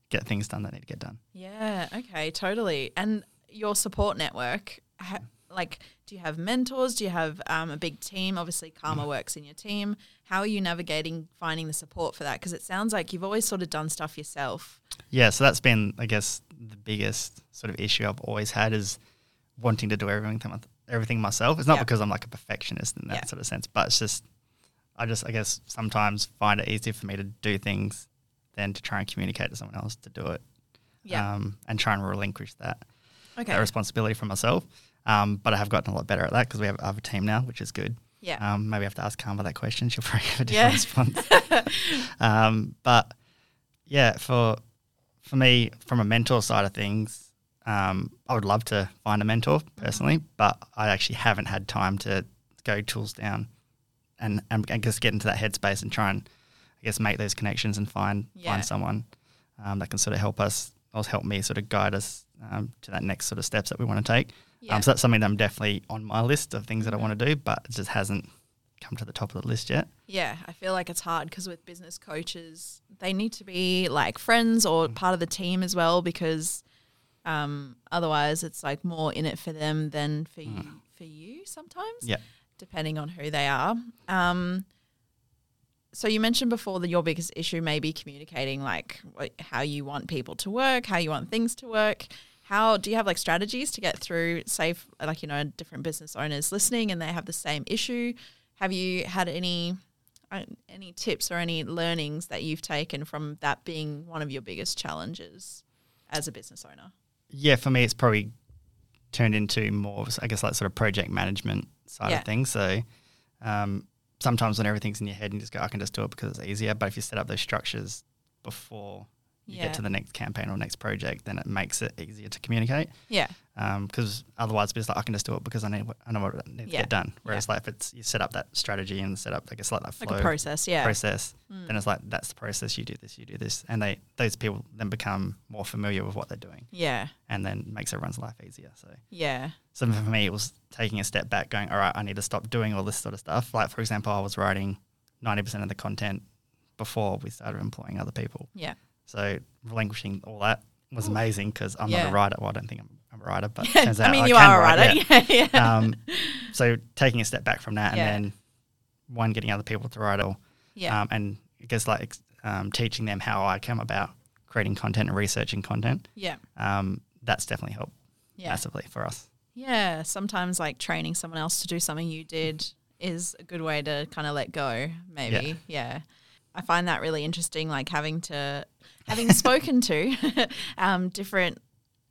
Speaker 2: get things done that need to get done.
Speaker 1: Yeah, okay, totally. And your support network, ha- like, do you have mentors? Do you have um, a big team? Obviously, Karma works in your team. How are you navigating finding the support for that? Because it sounds like you've always sort of done stuff yourself.
Speaker 2: Yeah, so that's been, I guess, the biggest sort of issue I've always had is wanting to do everything everything myself. It's not
Speaker 1: Yeah.
Speaker 2: because I'm like a perfectionist in that
Speaker 1: Yeah.
Speaker 2: sort of sense, but it's just I just I guess sometimes find it easier for me to do things than to try and communicate to someone else to do it.
Speaker 1: Yeah.
Speaker 2: Um, and try and relinquish that, that
Speaker 1: okay.
Speaker 2: responsibility from myself. Um, but I have gotten a lot better at that because we have I have a team now, which is good.
Speaker 1: Yeah.
Speaker 2: Um, maybe I have to ask Karma that question. She'll probably have a
Speaker 1: Yeah.
Speaker 2: different response. um, but yeah, for for me, from a mentor side of things, um, I would love to find a mentor
Speaker 1: Mm-hmm.
Speaker 2: personally, but I actually haven't had time to go tools down and, and, and just get into that headspace and try and I guess make those connections and find
Speaker 1: Yeah.
Speaker 2: find someone um, that can sort of help us or help me sort of guide us um, to that next sort of steps that we want to take.
Speaker 1: Yeah. Mm-hmm.
Speaker 2: Um, so that's something that I'm definitely on my list of things that I want to do, but it just hasn't come to the top of the list yet.
Speaker 1: Yeah, I feel like it's hard because with business coaches, they need to be like friends or part of the team as well because um, otherwise it's like more in it for them than for you, for you sometimes.
Speaker 2: Yeah.
Speaker 1: depending on who they are. Um, so you mentioned before that your biggest issue may be communicating, like wh- how you want people to work, how you want things to work. How do you have like strategies to get through? Say, f- like you know, different business owners listening and they have the same issue. Have you had any uh, any tips or any learnings that you've taken from that being one of your biggest challenges as a business owner?
Speaker 2: yeah, for me, it's probably turned into more, of, I guess, like sort of project management side
Speaker 1: Yeah.
Speaker 2: of things. So um, sometimes when everything's in your head and you just go, I can just do it because it's easier. But if you set up those structures before you
Speaker 1: Yeah.
Speaker 2: get to the next campaign or next project, then it makes it easier to communicate.
Speaker 1: Yeah,
Speaker 2: Because Um, otherwise, it's just like, I can just do it because I, need, what- I know what needs
Speaker 1: Yeah.
Speaker 2: to get done. Whereas, like, if it's you set up that strategy and set up, I guess, like that flow
Speaker 1: like a process. Yeah, Hmm.
Speaker 2: process, then it's like, that's the process. You do this, you do this. And they those people then become more familiar with what they're doing
Speaker 1: yeah,
Speaker 2: and then makes everyone's life easier. So,
Speaker 1: yeah,
Speaker 2: so for me, it was taking a step back, going, all right, I need to stop doing all this sort of stuff. Like, for example, I was writing 90% of the content before we started employing other people.
Speaker 1: yeah.
Speaker 2: So, relinquishing all that was amazing because I'm
Speaker 1: Yeah.
Speaker 2: not a writer. Well, I don't think I'm, I'm a writer, but turns out
Speaker 1: I mean, you
Speaker 2: can
Speaker 1: are a
Speaker 2: write,
Speaker 1: writer.
Speaker 2: yeah.
Speaker 1: Yeah, yeah.
Speaker 2: um, so, taking a step back from that
Speaker 1: Yeah.
Speaker 2: and then one, getting other people to write all.
Speaker 1: Yeah.
Speaker 2: Um, and I guess like ex- um, teaching them how I come about creating content and researching content.
Speaker 1: yeah.
Speaker 2: Um, that's definitely helped
Speaker 1: Yeah.
Speaker 2: massively for us.
Speaker 1: Yeah. Sometimes like training someone else to do something you did is a good way to kind of let go, maybe. Yeah. I find that really interesting, like having to, having spoken to um, different,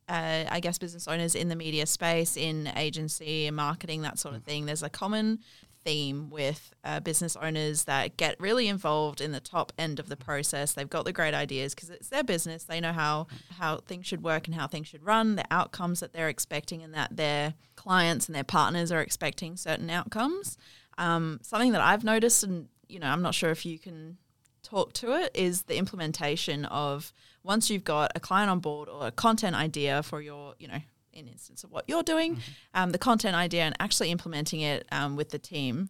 Speaker 1: uh, I guess, business owners in the media space, in agency and marketing, that sort of thing. There's a common theme with uh, business owners that get really involved in the top end of the process. They've got the great ideas because it's their business. They know how how things should work and how things should run, the outcomes that they're expecting, and that their clients and their partners are expecting certain outcomes. Um, something that I've noticed, and you know, I'm not sure if you can talk to it is the implementation of once you've got a client on board or a content idea for your, you know, in instance of what you're doing, um, the content idea and actually implementing it um, with the team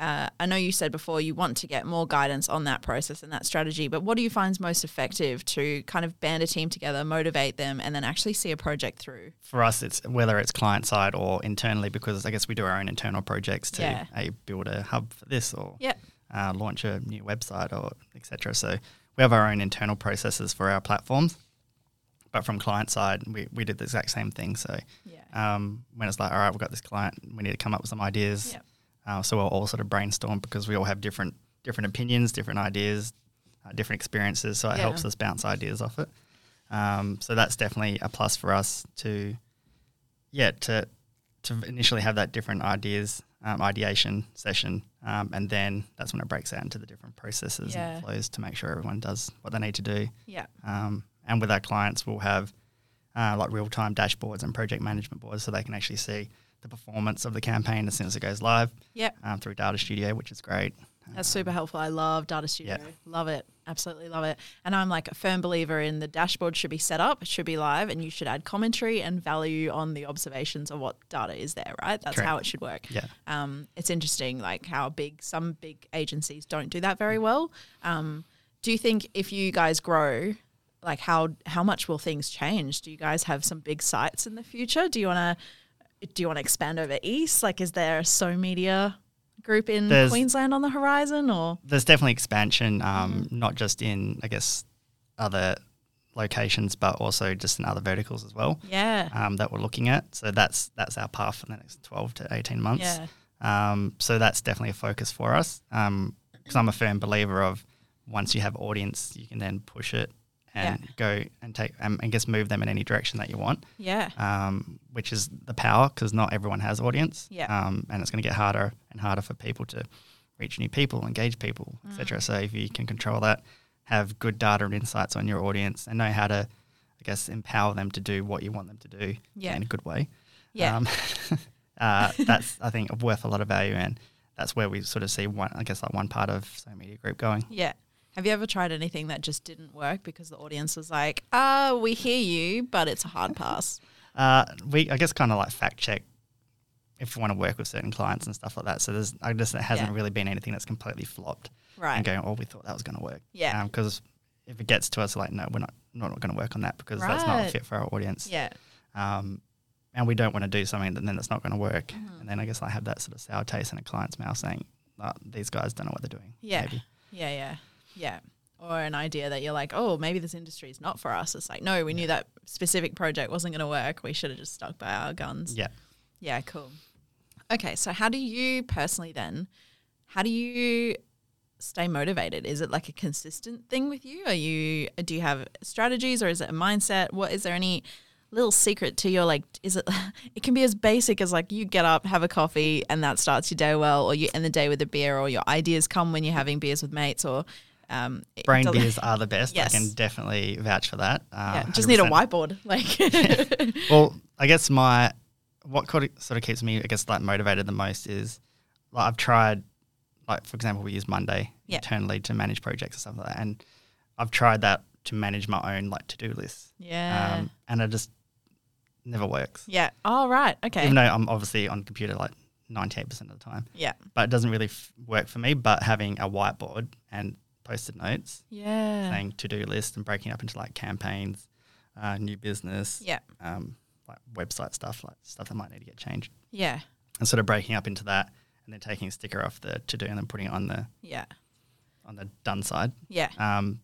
Speaker 1: uh, I know you said before you want to get more guidance on that process and that strategy, but what do you find is most effective to kind of band a team together, motivate them, and then actually see a project through?
Speaker 2: for us, it's whether it's client side or internally, because I guess we do our own internal projects to
Speaker 1: Yeah.
Speaker 2: hey, build a hub for this or
Speaker 1: Yep.
Speaker 2: uh, launch a new website or etc. So we have our own internal processes for our platforms. But from client side, we, we did the exact same thing. So
Speaker 1: Yeah.
Speaker 2: um, when it's like, all right, we've got this client, we need to come up with some ideas.
Speaker 1: Yep.
Speaker 2: Uh, so we'll all sort of brainstorm because we all have different different opinions, different ideas, uh, different experiences. So it
Speaker 1: Yeah.
Speaker 2: helps us bounce ideas off it. Um, so that's definitely a plus for us to, yeah, to to initially have that different ideas um, ideation session, um, and then that's when it breaks out into the different processes
Speaker 1: Yeah.
Speaker 2: and flows to make sure everyone does what they need to do.
Speaker 1: Yeah.
Speaker 2: Um, and with our clients, we'll have uh, like real time dashboards and project management boards so they can actually see the performance of the campaign as soon as it goes live
Speaker 1: Yep.
Speaker 2: um, through Data Studio, which is great.
Speaker 1: That's super helpful. I love Data Studio.
Speaker 2: Yeah.
Speaker 1: Love it. Absolutely love it. And I'm like a firm believer in the dashboard should be set up, it should be live, and you should add commentary and value on the observations of what data is there, right? That's
Speaker 2: Correct.
Speaker 1: how it should work.
Speaker 2: Yeah.
Speaker 1: Um, it's interesting, like how big some big agencies don't do that very well. Um, do you think if you guys grow, like how how much will things change? Do you guys have some big sites in the future? Do you want to do you want to expand over east? Like, is there a So Media group in
Speaker 2: There's-
Speaker 1: Queensland on the horizon, or
Speaker 2: There's definitely expansion, um, not just in, I guess, other locations, but also just in other verticals as well.
Speaker 1: yeah,
Speaker 2: um, that we're looking at. So that's that's our path for the next twelve to eighteen months.
Speaker 1: Yeah.
Speaker 2: Um, so that's definitely a focus for us because I'm a firm believer of once you have audience, you can then push it and
Speaker 1: Yeah.
Speaker 2: go and take um, and just move them in any direction that you want,
Speaker 1: yeah,
Speaker 2: um, which is the power because not everyone has audience.
Speaker 1: Yeah.
Speaker 2: Um, and it's going to get harder and harder for people to reach new people, engage people,
Speaker 1: Mm.
Speaker 2: etc. So if you can control that, have good data and insights on your audience, and know how to, I guess, empower them to do what you want them to do
Speaker 1: Yeah.
Speaker 2: in a good way.
Speaker 1: Yeah.
Speaker 2: Um, uh, that's I think worth a lot of value, and that's where we sort of see one. I guess like one part of So Media Group going.
Speaker 1: yeah. Have you ever tried anything that just didn't work because the audience was like, "Ah, we hear you, but it's a hard pass."
Speaker 2: Uh, we I guess kind of like fact check if you want to work with certain clients and stuff like that. So there's I guess there hasn't
Speaker 1: Yeah.
Speaker 2: really been anything that's completely flopped.
Speaker 1: Right.
Speaker 2: And going, oh, we thought that was going to work.
Speaker 1: Yeah.
Speaker 2: Because if it gets to us, like, no, we're not we're not going to work on that because that's not
Speaker 1: Right.
Speaker 2: a fit for our audience.
Speaker 1: Yeah,
Speaker 2: Um, and we don't want to do something that then it's not going to work.
Speaker 1: Mm-hmm.
Speaker 2: And then I guess I have that sort of sour taste in a client's mouth saying, oh, these guys don't know what they're doing.
Speaker 1: yeah,
Speaker 2: Maybe.
Speaker 1: yeah, yeah, yeah. Or an idea that you're like, "Oh, maybe this industry is not for us." It's like, no, we knew that specific project wasn't going to work. We should have just stuck by our guns.
Speaker 2: Yeah.
Speaker 1: Yeah, cool. Okay, so how do you personally then? How do you stay motivated? Is it like a consistent thing with you? Are you do you have strategies or is it a mindset? What is there any little secret to your like is it it can be as basic as like you get up, have a coffee and that starts your day well or you end the day with a beer or your ideas come when you're having beers with mates or um it
Speaker 2: Brain
Speaker 1: doesn't-
Speaker 2: beers are the best.
Speaker 1: Yes.
Speaker 2: I can definitely vouch for that. Uh,
Speaker 1: Yeah, just need a
Speaker 2: 100%.
Speaker 1: whiteboard like
Speaker 2: Well, I guess my what sort of sort of keeps me, I guess, like motivated the most is like I've tried, like for example, we use Monday
Speaker 1: Yeah.
Speaker 2: internally to manage projects and stuff like that, and I've tried that to manage my own like to do list,
Speaker 1: Yeah.
Speaker 2: um, and it just never works.
Speaker 1: yeah. All right. Okay.
Speaker 2: Even though I'm obviously on the computer like ninety eight percent of the time,
Speaker 1: yeah.
Speaker 2: but it doesn't really f- work for me. But having a whiteboard and post-it notes,
Speaker 1: Yeah.
Speaker 2: saying to do list and breaking up into like campaigns, uh, new business,
Speaker 1: Yeah.
Speaker 2: um, like website stuff, like stuff that might need to get changed,
Speaker 1: Yeah.
Speaker 2: and sort of breaking up into that, and then taking a sticker off the to do and then putting it on the
Speaker 1: Yeah.
Speaker 2: on the done side.
Speaker 1: Yeah.
Speaker 2: Um,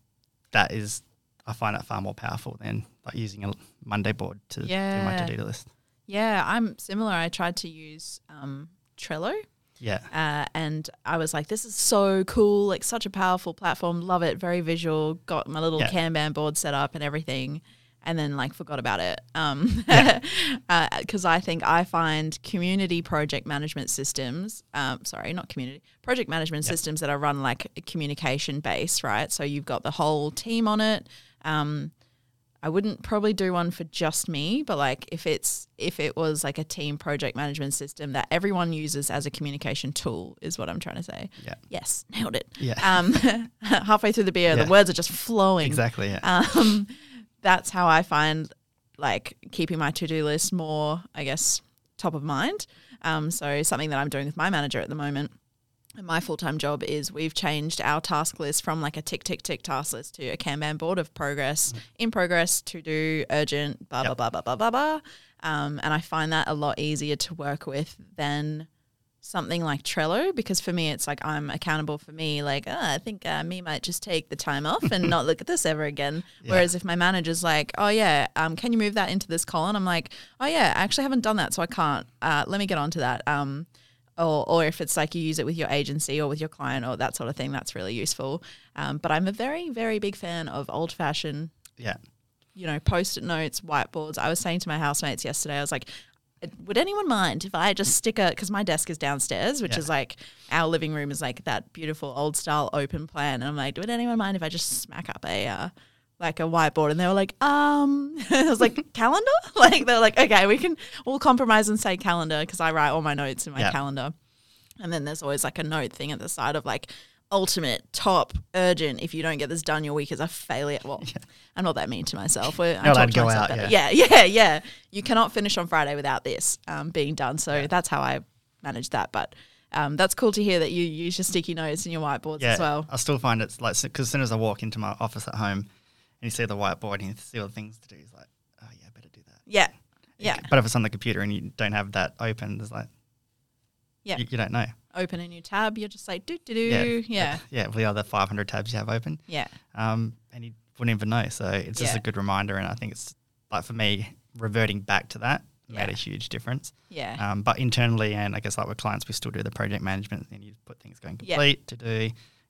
Speaker 2: that is, I find that far more powerful than like using a Monday board to do my
Speaker 1: Yeah.
Speaker 2: to do list.
Speaker 1: Yeah, I'm similar. I tried to use um, Trello,
Speaker 2: Yeah,
Speaker 1: uh, and I was like, "This is so cool! Like, such a powerful platform. Love it. Very visual. Got my little
Speaker 2: Yeah.
Speaker 1: Kanban board set up and everything." And then like forgot about it, um,
Speaker 2: Yeah.
Speaker 1: because I think I find community project management systems, um, sorry, not community project management systems that are run like communication based, right? So you've got the whole team on it. Um, I wouldn't probably do one for just me, but like if it's if it was like a team project management system that everyone uses as a communication tool is what I'm trying to say.
Speaker 2: Yeah.
Speaker 1: Yes, nailed it.
Speaker 2: yeah,
Speaker 1: Um, halfway through the beer,
Speaker 2: Yeah.
Speaker 1: the words are just flowing.
Speaker 2: exactly. Yeah,
Speaker 1: Um, that's how I find like keeping my to do list more, I guess, top of mind. Um, so something that I'm doing with my manager at the moment And my full time job is we've changed our task list from like a tick, tick, tick task list to a Kanban board of progress, in progress, to do, urgent, blah,
Speaker 2: Yep.
Speaker 1: blah, blah, blah, blah, blah, blah. Um, and I find that a lot easier to work with than something like Trello because for me, it's like I'm accountable for me. Like, oh, I think uh, me might just take the time off and not look at this ever again. Whereas if my manager's like, oh, yeah, um, can you move that into this column? I'm like, oh, yeah, I actually haven't done that, so I can't. Uh, let me get onto that. Um, or, or if it's like you use it with your agency or with your client or that sort of thing, that's really useful. Um, but I'm a very, very big fan of old fashioned
Speaker 2: Yeah.
Speaker 1: you know, post-it notes, whiteboards. I was saying to my housemates yesterday, I was like, would anyone mind if I just stick a because my desk is downstairs, which
Speaker 2: Yeah.
Speaker 1: is like our living room is like that beautiful old style open plan, and I'm like, would anyone mind if I just smack up a uh, like a whiteboard? And they were like, um, I was like, calendar. Like they're like, okay, we can we'll compromise and say calendar because I write all my notes in my
Speaker 2: Yeah.
Speaker 1: calendar, and then there's always like a note thing at the side of like ultimate top urgent. If you don't get this done, your week is a failure. Well, I'm not that mean to myself. We're, I
Speaker 2: You're
Speaker 1: talk
Speaker 2: allowed
Speaker 1: to
Speaker 2: to go
Speaker 1: myself
Speaker 2: out,
Speaker 1: better. Yeah. yeah, yeah, You cannot finish on Friday without this um, being done. So that's how I manage that. But um, that's cool to hear that you use your sticky notes and your whiteboards
Speaker 2: Yeah.
Speaker 1: as well.
Speaker 2: I still find it's like, because as soon as I walk into my office at home and you see the whiteboard and you see all the things to do, it's like, oh, yeah, I better do that.
Speaker 1: Yeah, yeah.
Speaker 2: But if it's on the computer and you don't have that open, there's like,
Speaker 1: Yeah.
Speaker 2: you, you don't know.
Speaker 1: Open a new tab. You're just like do do do. Yeah,
Speaker 2: Yeah. With the other 500 tabs you have open.
Speaker 1: yeah,
Speaker 2: um, and you wouldn't even know. So it's just
Speaker 1: Yeah.
Speaker 2: a good reminder, and I think it's like for me reverting back to that made
Speaker 1: Yeah.
Speaker 2: a huge difference.
Speaker 1: yeah,
Speaker 2: Um, but internally, and I guess like with clients, we still do the project management, and you put things going
Speaker 1: Yeah.
Speaker 2: complete to do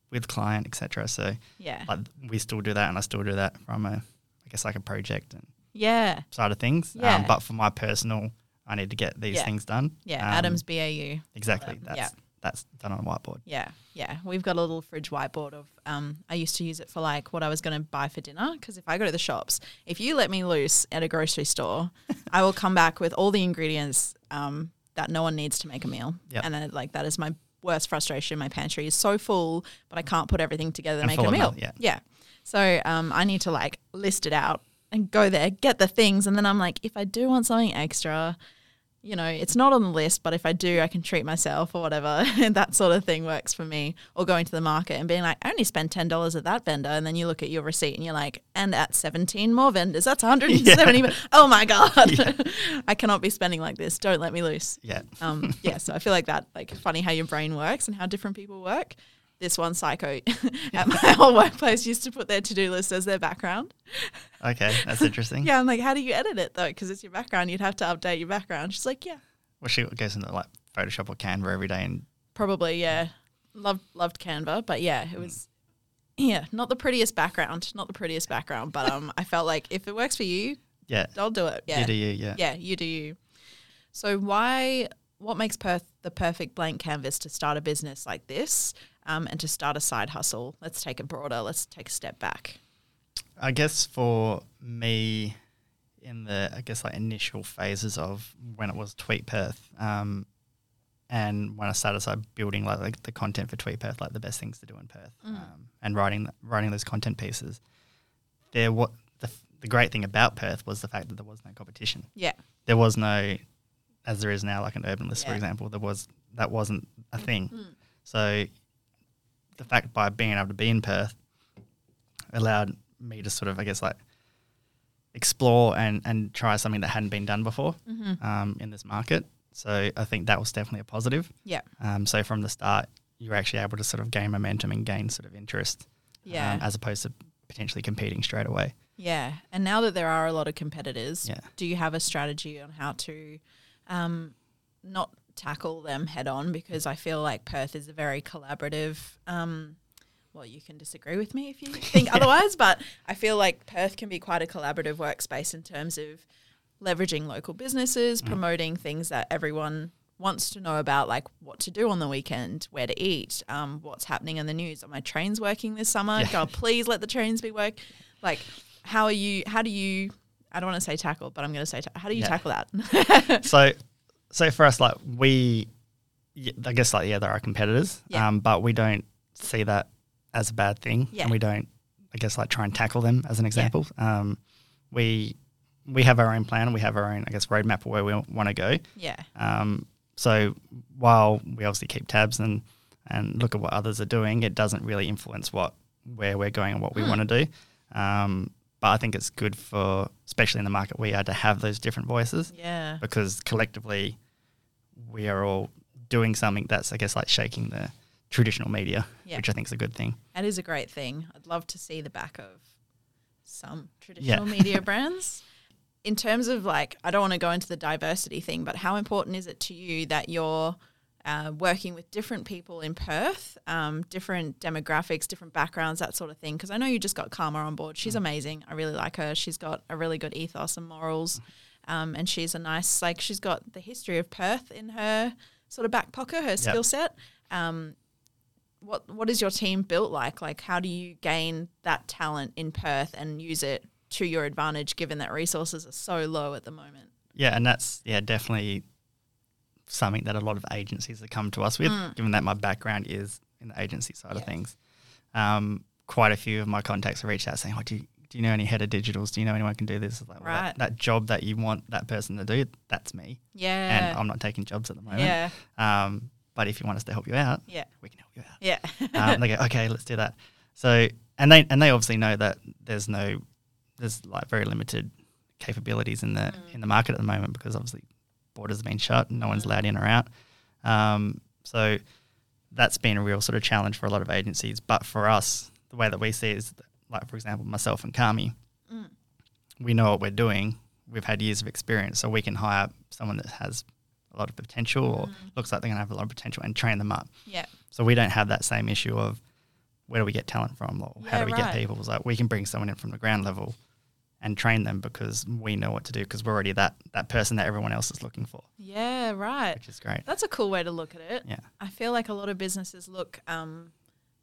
Speaker 2: with client, etc. So
Speaker 1: yeah,
Speaker 2: like we still do that, and I still do that from a I guess like a project and
Speaker 1: yeah,
Speaker 2: side of things.
Speaker 1: Yeah.
Speaker 2: Um, but for my personal, I need to get these
Speaker 1: Yeah.
Speaker 2: things done.
Speaker 1: yeah.
Speaker 2: Um,
Speaker 1: Adam's BAU.
Speaker 2: exactly.
Speaker 1: Yeah.
Speaker 2: That's that's done on a whiteboard.
Speaker 1: Yeah, yeah. We've got a little fridge whiteboard of. Um, I used to use it for like what I was going to buy for dinner because if I go to the shops, if you let me loose at a grocery store, I will come back with all the ingredients um, that no one needs to make a meal,
Speaker 2: Yep.
Speaker 1: and I, like that is my worst frustration. My pantry is so full, but I can't put everything together to
Speaker 2: And
Speaker 1: make
Speaker 2: full
Speaker 1: a
Speaker 2: of
Speaker 1: meal.
Speaker 2: noth- yeah.
Speaker 1: yeah. So um, I need to like list it out and go there, get the things, and then I'm like, if I do want something extra, you know, it's not on the list, but if I do, I can treat myself or whatever. And that sort of thing works for me. Or going to the market and being like, I only spent ten dollars at that vendor, and then you look at your receipt and you're like, and at seventeen more vendors, that's 170. Oh my god, I cannot be spending like this. Don't let me loose.
Speaker 2: Yeah.
Speaker 1: Um, yeah, so I feel like that, like, funny how your brain works and how different people work. This one psycho at my old workplace used to put their to do list as their background.
Speaker 2: Okay. That's interesting.
Speaker 1: Yeah, I'm like, how do you edit it though? Because it's your background. You'd have to update your background. She's like, yeah,
Speaker 2: Well, she goes into like Photoshop or Canva every day and
Speaker 1: probably yeah. Loved loved Canva, but yeah, it was yeah, not the prettiest background, not the prettiest background, but um, I felt like if it works for you,
Speaker 2: yeah.
Speaker 1: I'll do it. Yeah,
Speaker 2: You do you, yeah.
Speaker 1: yeah, you do you. So why? What makes Perth the perfect blank canvas to start a business like this, um, and to start a side hustle? Let's take it broader. Let's take a step back.
Speaker 2: I guess for me, in the I guess like initial phases of when it was Tweet Perth, um, and when I started so building like, like the content for Tweet Perth, like the best things to do in Perth, um, and writing writing those content pieces, there what the, the great thing about Perth was the fact that there was no competition.
Speaker 1: Yeah,
Speaker 2: There was no, as there is now, like an urban list, for
Speaker 1: Yeah. Mm.
Speaker 2: example. There was that wasn't a thing. So the fact by being able to be in Perth allowed me to sort of, I guess, like explore and, and try something that hadn't been done before
Speaker 1: Mm-hmm.
Speaker 2: um, in this market. So I think that was definitely a positive.
Speaker 1: yeah,
Speaker 2: Um, so from the start, you were actually able to sort of gain momentum and gain sort of interest
Speaker 1: yeah,
Speaker 2: um, as opposed to potentially competing straight away.
Speaker 1: yeah. And now that there are a lot of competitors,
Speaker 2: Yeah.
Speaker 1: do you have a strategy on how to um, not tackle them head on? Because I feel like Perth is a very collaborative. Um, well, you can disagree with me if you think otherwise, but I feel like Perth can be quite a collaborative workspace in terms of leveraging local
Speaker 2: Mm.
Speaker 1: businesses, promoting things that everyone wants to know about, like what to do on the weekend, where to eat, um, what's happening in the news. Are my trains working this summer?
Speaker 2: Yeah.
Speaker 1: God, please let the trains be work. Like, how are you? How do you? I don't want to say tackle, but I'm going to say ta- how do you
Speaker 2: Yeah.
Speaker 1: tackle that?
Speaker 2: so so for us like we y- i guess like yeah there are competitors
Speaker 1: Yeah.
Speaker 2: um, but we don't see that as a bad thing
Speaker 1: Yeah.
Speaker 2: and we don't i guess like try and tackle them as an example um, we we have our own plan we have our own i guess roadmap of where we want to go
Speaker 1: yeah,
Speaker 2: um, so while we obviously keep tabs and and look at what others are doing, it doesn't really influence what where we're going and what
Speaker 1: Hmm.
Speaker 2: we want to do. Um, but I think it's good for, especially in the market we are, to have those different voices
Speaker 1: Yeah.
Speaker 2: because collectively we are all doing something that's, I guess, like shaking the traditional media,
Speaker 1: Yeah.
Speaker 2: which I think is a good thing.
Speaker 1: That is a great thing. I'd love to see the back of some traditional media brands. In terms of like, I don't want to go into the diversity thing, but how important is it to you that you're uh, working with different people in Perth, um, different demographics, different backgrounds, that sort of thing? Because I know you just got Karma on board. She's amazing. I really like her. She's got a really good ethos and morals. Um, and she's a nice, like, she's got the history of Perth in her sort of back pocket, her skill set. Um, what what is your team built like? Like how do you gain that talent in Perth and use it to your advantage given that resources are so low at the moment?
Speaker 2: Yeah, and that's yeah definitely something that a lot of agencies have come to us with,
Speaker 1: Mm.
Speaker 2: given that my background is in the agency side
Speaker 1: Yeah.
Speaker 2: of things. Um, quite a few of my contacts have reached out saying, "Oh, do you, do you know any head of digitals? Do you know anyone who can do this?" It's Like, well, that-
Speaker 1: Right.
Speaker 2: that, job that you want that person to do, that's me,
Speaker 1: Yeah.
Speaker 2: and I'm not taking jobs at the moment.
Speaker 1: yeah.
Speaker 2: Um, but if you want us to help you out,
Speaker 1: Yeah.
Speaker 2: we can help you out
Speaker 1: Yeah.
Speaker 2: um, they go, okay, let's do that. So, and they and they obviously know that there's no, there's like very limited capabilities in the in the market at the moment because obviously borders have been shut and no one's allowed in or out. Um, so that's been a real sort of challenge for a lot of agencies. But for us, the way that we see it is that, like for example, myself and Kami, we know what we're doing. We've had years of experience, so we can hire someone that has a lot of potential or looks like they're going to have a lot of potential and train them up.
Speaker 1: yeah.
Speaker 2: So we don't have that same issue of where do we get talent from or how
Speaker 1: Yeah,
Speaker 2: do we
Speaker 1: right.
Speaker 2: get people. It's like we can bring someone in from the ground level and train them because we know what to do because we're already that that person that everyone else is looking for,
Speaker 1: Yeah, right.
Speaker 2: which is great.
Speaker 1: That's a cool way to look at it.
Speaker 2: Yeah.
Speaker 1: I feel like a lot of businesses look, um,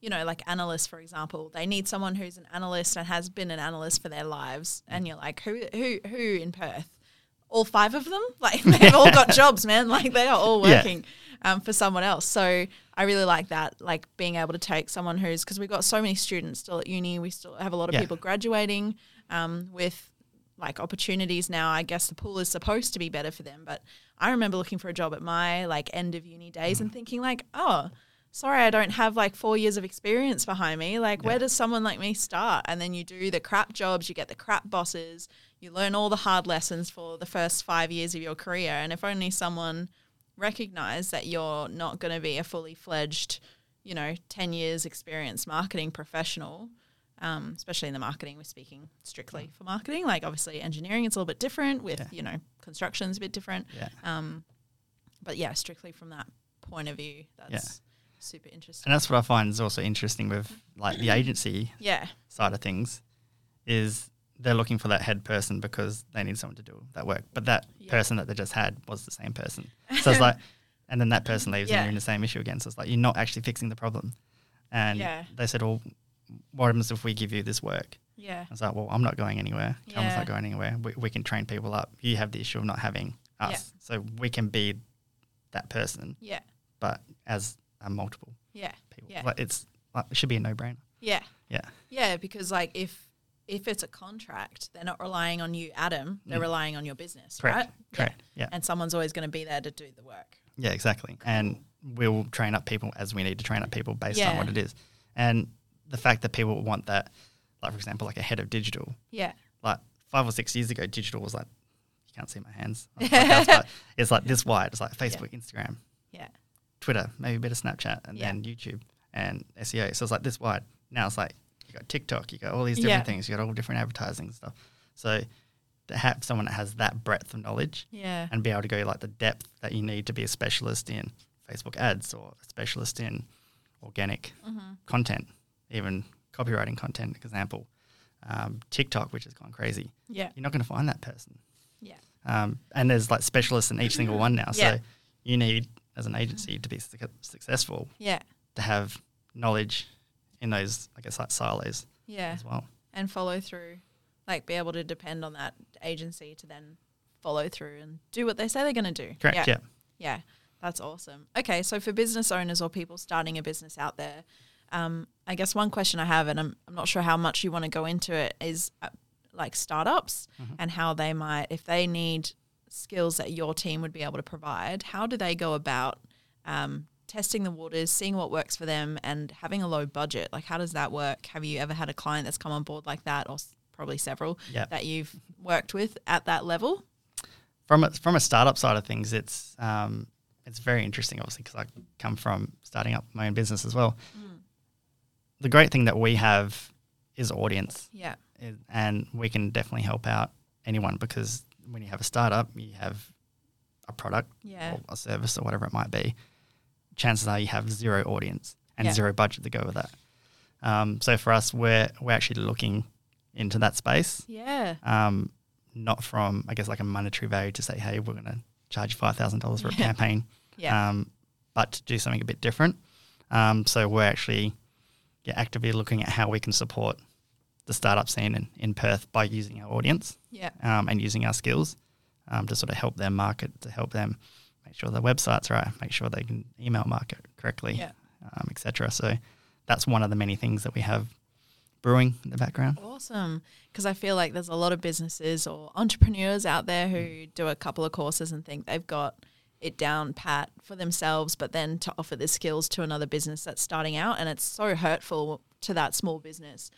Speaker 1: you know, like analysts, for example. They need someone who's an analyst and has been an analyst for their lives. And you're like, who, who, who in Perth? All five of them? Like they've all got jobs, man. Like they are all
Speaker 2: Yeah.
Speaker 1: working um, for someone else. So I really like that, like being able to take someone who's because we've got so many students still at uni. We still have a lot of
Speaker 2: Yeah.
Speaker 1: people graduating um, with like opportunities now. I guess the pool is supposed to be better for them. But I remember looking for a job at my like end of uni days and thinking like, oh, sorry, I don't have like four years of experience behind me. Like, where does someone like me start? And then you do the crap jobs, you get the crap bosses, you learn all the hard lessons for the first five years of your career. And if only someone recognize that you're not going to be a fully fledged, you know, 10 years experience marketing professional, um, especially in the marketing, we're speaking strictly for marketing. Like, obviously, engineering, it's a little bit different with, you know, construction's a bit different.
Speaker 2: Yeah.
Speaker 1: Um, but yeah, strictly from that point of view, that's super interesting.
Speaker 2: And that's what I find is also interesting with like the agency
Speaker 1: yeah.
Speaker 2: side of things is they're looking for that head person because they need someone to do that work. But that
Speaker 1: Yeah.
Speaker 2: person that they just had was the same person. So it's like, and then that person leaves
Speaker 1: Yeah.
Speaker 2: and you're in the same issue again. So it's like, you're not actually fixing the problem. And
Speaker 1: Yeah.
Speaker 2: they said, well, what happens if we give you this work?
Speaker 1: Yeah.
Speaker 2: I was like, well, I'm not going anywhere. Cameron's
Speaker 1: Yeah.
Speaker 2: not going anywhere. We, we can train people up. You have the issue of not having us. So we can be that person,
Speaker 1: Yeah.
Speaker 2: but as uh, multiple
Speaker 1: Yeah.
Speaker 2: people.
Speaker 1: Yeah.
Speaker 2: Like it's, like, it should be a no brainer.
Speaker 1: Yeah.
Speaker 2: Yeah.
Speaker 1: Yeah, because like if if it's a contract, they're not relying on you, Adam. They're relying on your business,
Speaker 2: Mm. Correct.
Speaker 1: right? Yeah.
Speaker 2: Correct. Yeah.
Speaker 1: And someone's always going to be there to do the work.
Speaker 2: Yeah, exactly. And we'll train up people as we need to train up people based on
Speaker 1: Yeah.
Speaker 2: what it is. And the fact that people want that, like for example, like a head of digital,
Speaker 1: Yeah.
Speaker 2: like five or six years ago, digital was like, you can't see my hands. on the podcast, but it's like this wide. It's like Facebook, Instagram,
Speaker 1: Yeah.
Speaker 2: Twitter, maybe a bit of Snapchat, and
Speaker 1: Yeah.
Speaker 2: then YouTube and SEO. So it's like this wide. Now it's like you got TikTok, you got all these
Speaker 1: Yeah.
Speaker 2: different things, you got all different advertising and stuff. So to have someone that has that breadth of knowledge
Speaker 1: Yeah.
Speaker 2: and be able to go like the depth that you need to be a specialist in Facebook ads or a specialist in organic
Speaker 1: Mm-hmm.
Speaker 2: content, even copywriting content, for example, um, TikTok, which has gone crazy.
Speaker 1: Yeah.
Speaker 2: You're not going to find that person.
Speaker 1: Yeah.
Speaker 2: Um, and there's like specialists in each single one now.
Speaker 1: Yeah.
Speaker 2: So you need, as an agency, to be suc successful,
Speaker 1: Yeah.
Speaker 2: to have knowledge in those, I guess, like silos
Speaker 1: Yeah.
Speaker 2: as well.
Speaker 1: And follow through. Like be able to depend on that agency to then follow through and do what they say they're going to do.
Speaker 2: Correct. Yeah.
Speaker 1: Yeah, that's awesome. Okay, so for business owners or people starting a business out there, um, I guess one question I have, and I'm, I'm not sure how much you want to go into it, is uh, like startups and how they might, if they need skills that your team would be able to provide, how do they go about um, testing the waters, seeing what works for them, and having a low budget. Like, how does that work? Have you ever had a client that's come on board like that, or s- probably several
Speaker 2: Yep.
Speaker 1: that you've worked with at that level?
Speaker 2: from a, from a startup side of things, it's um, it's very interesting, obviously, because I come from starting up my own business as well.
Speaker 1: Mm.
Speaker 2: The great thing that we have is audience,
Speaker 1: Yeah.
Speaker 2: i- and we can definitely help out anyone because when you have a startup, you have a product
Speaker 1: Yeah.
Speaker 2: or a service or whatever it might be. Chances are you have zero audience and
Speaker 1: Yeah.
Speaker 2: zero budget to go with that. Um, so for us, we're we're actually looking into that space
Speaker 1: Yeah.
Speaker 2: um, not from I guess like a monetary value to say, hey, we're going to charge five thousand dollars for a
Speaker 1: Yeah.
Speaker 2: campaign,
Speaker 1: Yeah.
Speaker 2: um, but to do something a bit different. Um, so we're actually yeah, actively looking at how we can support the startup scene in, in Perth by using our audience
Speaker 1: yeah.
Speaker 2: um, and using our skills um, to sort of help their market, to help them make sure their website's right, make sure they can email market correctly,
Speaker 1: Yeah.
Speaker 2: um, et cetera. So that's one of the many things that we have brewing in the background.
Speaker 1: Awesome. Because I feel like there's a lot of businesses or entrepreneurs out there who do a couple of courses and think they've got it down pat for themselves, but then to offer the skills to another business that's starting out. And it's so hurtful to that small business.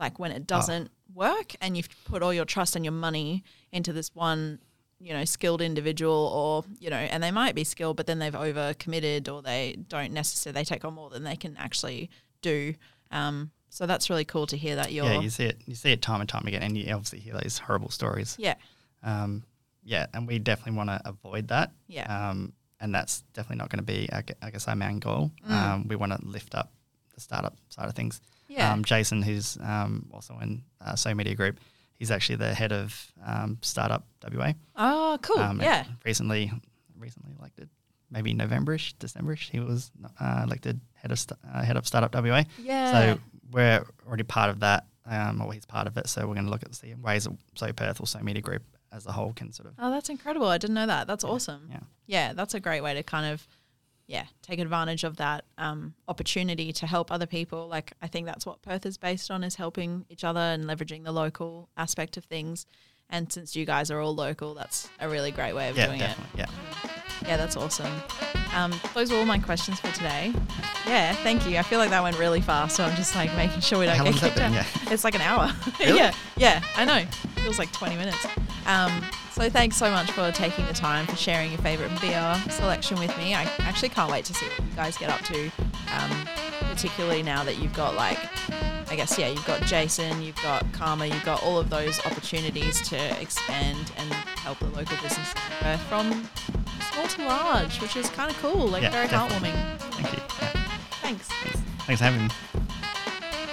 Speaker 1: Like when
Speaker 2: Ah.
Speaker 1: it doesn't work and you've put all your trust and your money into this one, you know, skilled individual or, you know, and they might be skilled, but then they've overcommitted or they don't necessarily, they take on more than they can actually do. Um, so that's really cool to hear that you're
Speaker 2: Yeah, you see it. You see it time and time again, and you obviously hear those horrible stories.
Speaker 1: Yeah.
Speaker 2: Um, yeah, and we definitely want to avoid that.
Speaker 1: Yeah.
Speaker 2: Um, and that's definitely not going to be, I gue- I guess, our main goal.
Speaker 1: Mm.
Speaker 2: Um, we want to lift up the startup side of things.
Speaker 1: Yeah.
Speaker 2: Um, Jason, who's um, also in uh, So Media Group, he's actually the head of um, Startup WA.
Speaker 1: oh, cool.
Speaker 2: Um, and
Speaker 1: yeah.
Speaker 2: Recently, recently elected, maybe Novemberish, Decemberish, he was uh, elected head of st- uh, head of Startup WA.
Speaker 1: Yeah.
Speaker 2: So we're already part of that, um, or he's part of it. So we're going to look at the ways that So Perth or So Media Group as a whole can sort of
Speaker 1: oh, that's incredible. I didn't know that. That's awesome.
Speaker 2: yeah.
Speaker 1: Yeah, that's a great way to kind of yeah, take advantage of that um, opportunity to help other people. Like I think that's what Perth is based on is helping each other and leveraging the local aspect of things. And since you guys are all local, that's a really great way of
Speaker 2: yeah,
Speaker 1: doing it.
Speaker 2: definitely, yeah.
Speaker 1: Yeah, that's awesome. Um, those were all my questions for today. Yeah, thank you. I feel like that went really fast, so I'm just like making sure we don't
Speaker 2: How
Speaker 1: get
Speaker 2: long's that
Speaker 1: kicked out.
Speaker 2: been?
Speaker 1: It's like an hour.
Speaker 2: Really?
Speaker 1: yeah, yeah, I know. Feels like 20 minutes. Um, so thanks so much for taking the time for sharing your favorite VR selection with me. I actually can't wait to see what you guys get up to, um, particularly now that you've got like, I guess yeah, you've got Jason, you've got Karma, you've got all of those opportunities to expand and help the local business in Perth from small to large, which is kind of cool, like
Speaker 2: Yeah,
Speaker 1: very
Speaker 2: definitely.
Speaker 1: heartwarming.
Speaker 2: Thank you. Yeah.
Speaker 1: Thanks.
Speaker 2: Thanks. Thanks for having me.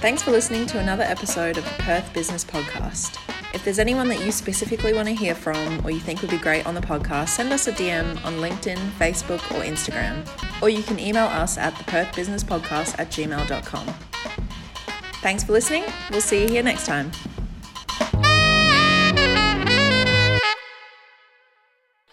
Speaker 1: Thanks for listening to another episode of the Perth Business Podcast. If there's anyone that you specifically want to hear from or you think would be great on the podcast, send us a DM on LinkedIn, Facebook, or Instagram. Or you can email us at the Perth Business Podcast at gmail.com. Thanks for listening. We'll see you here next time.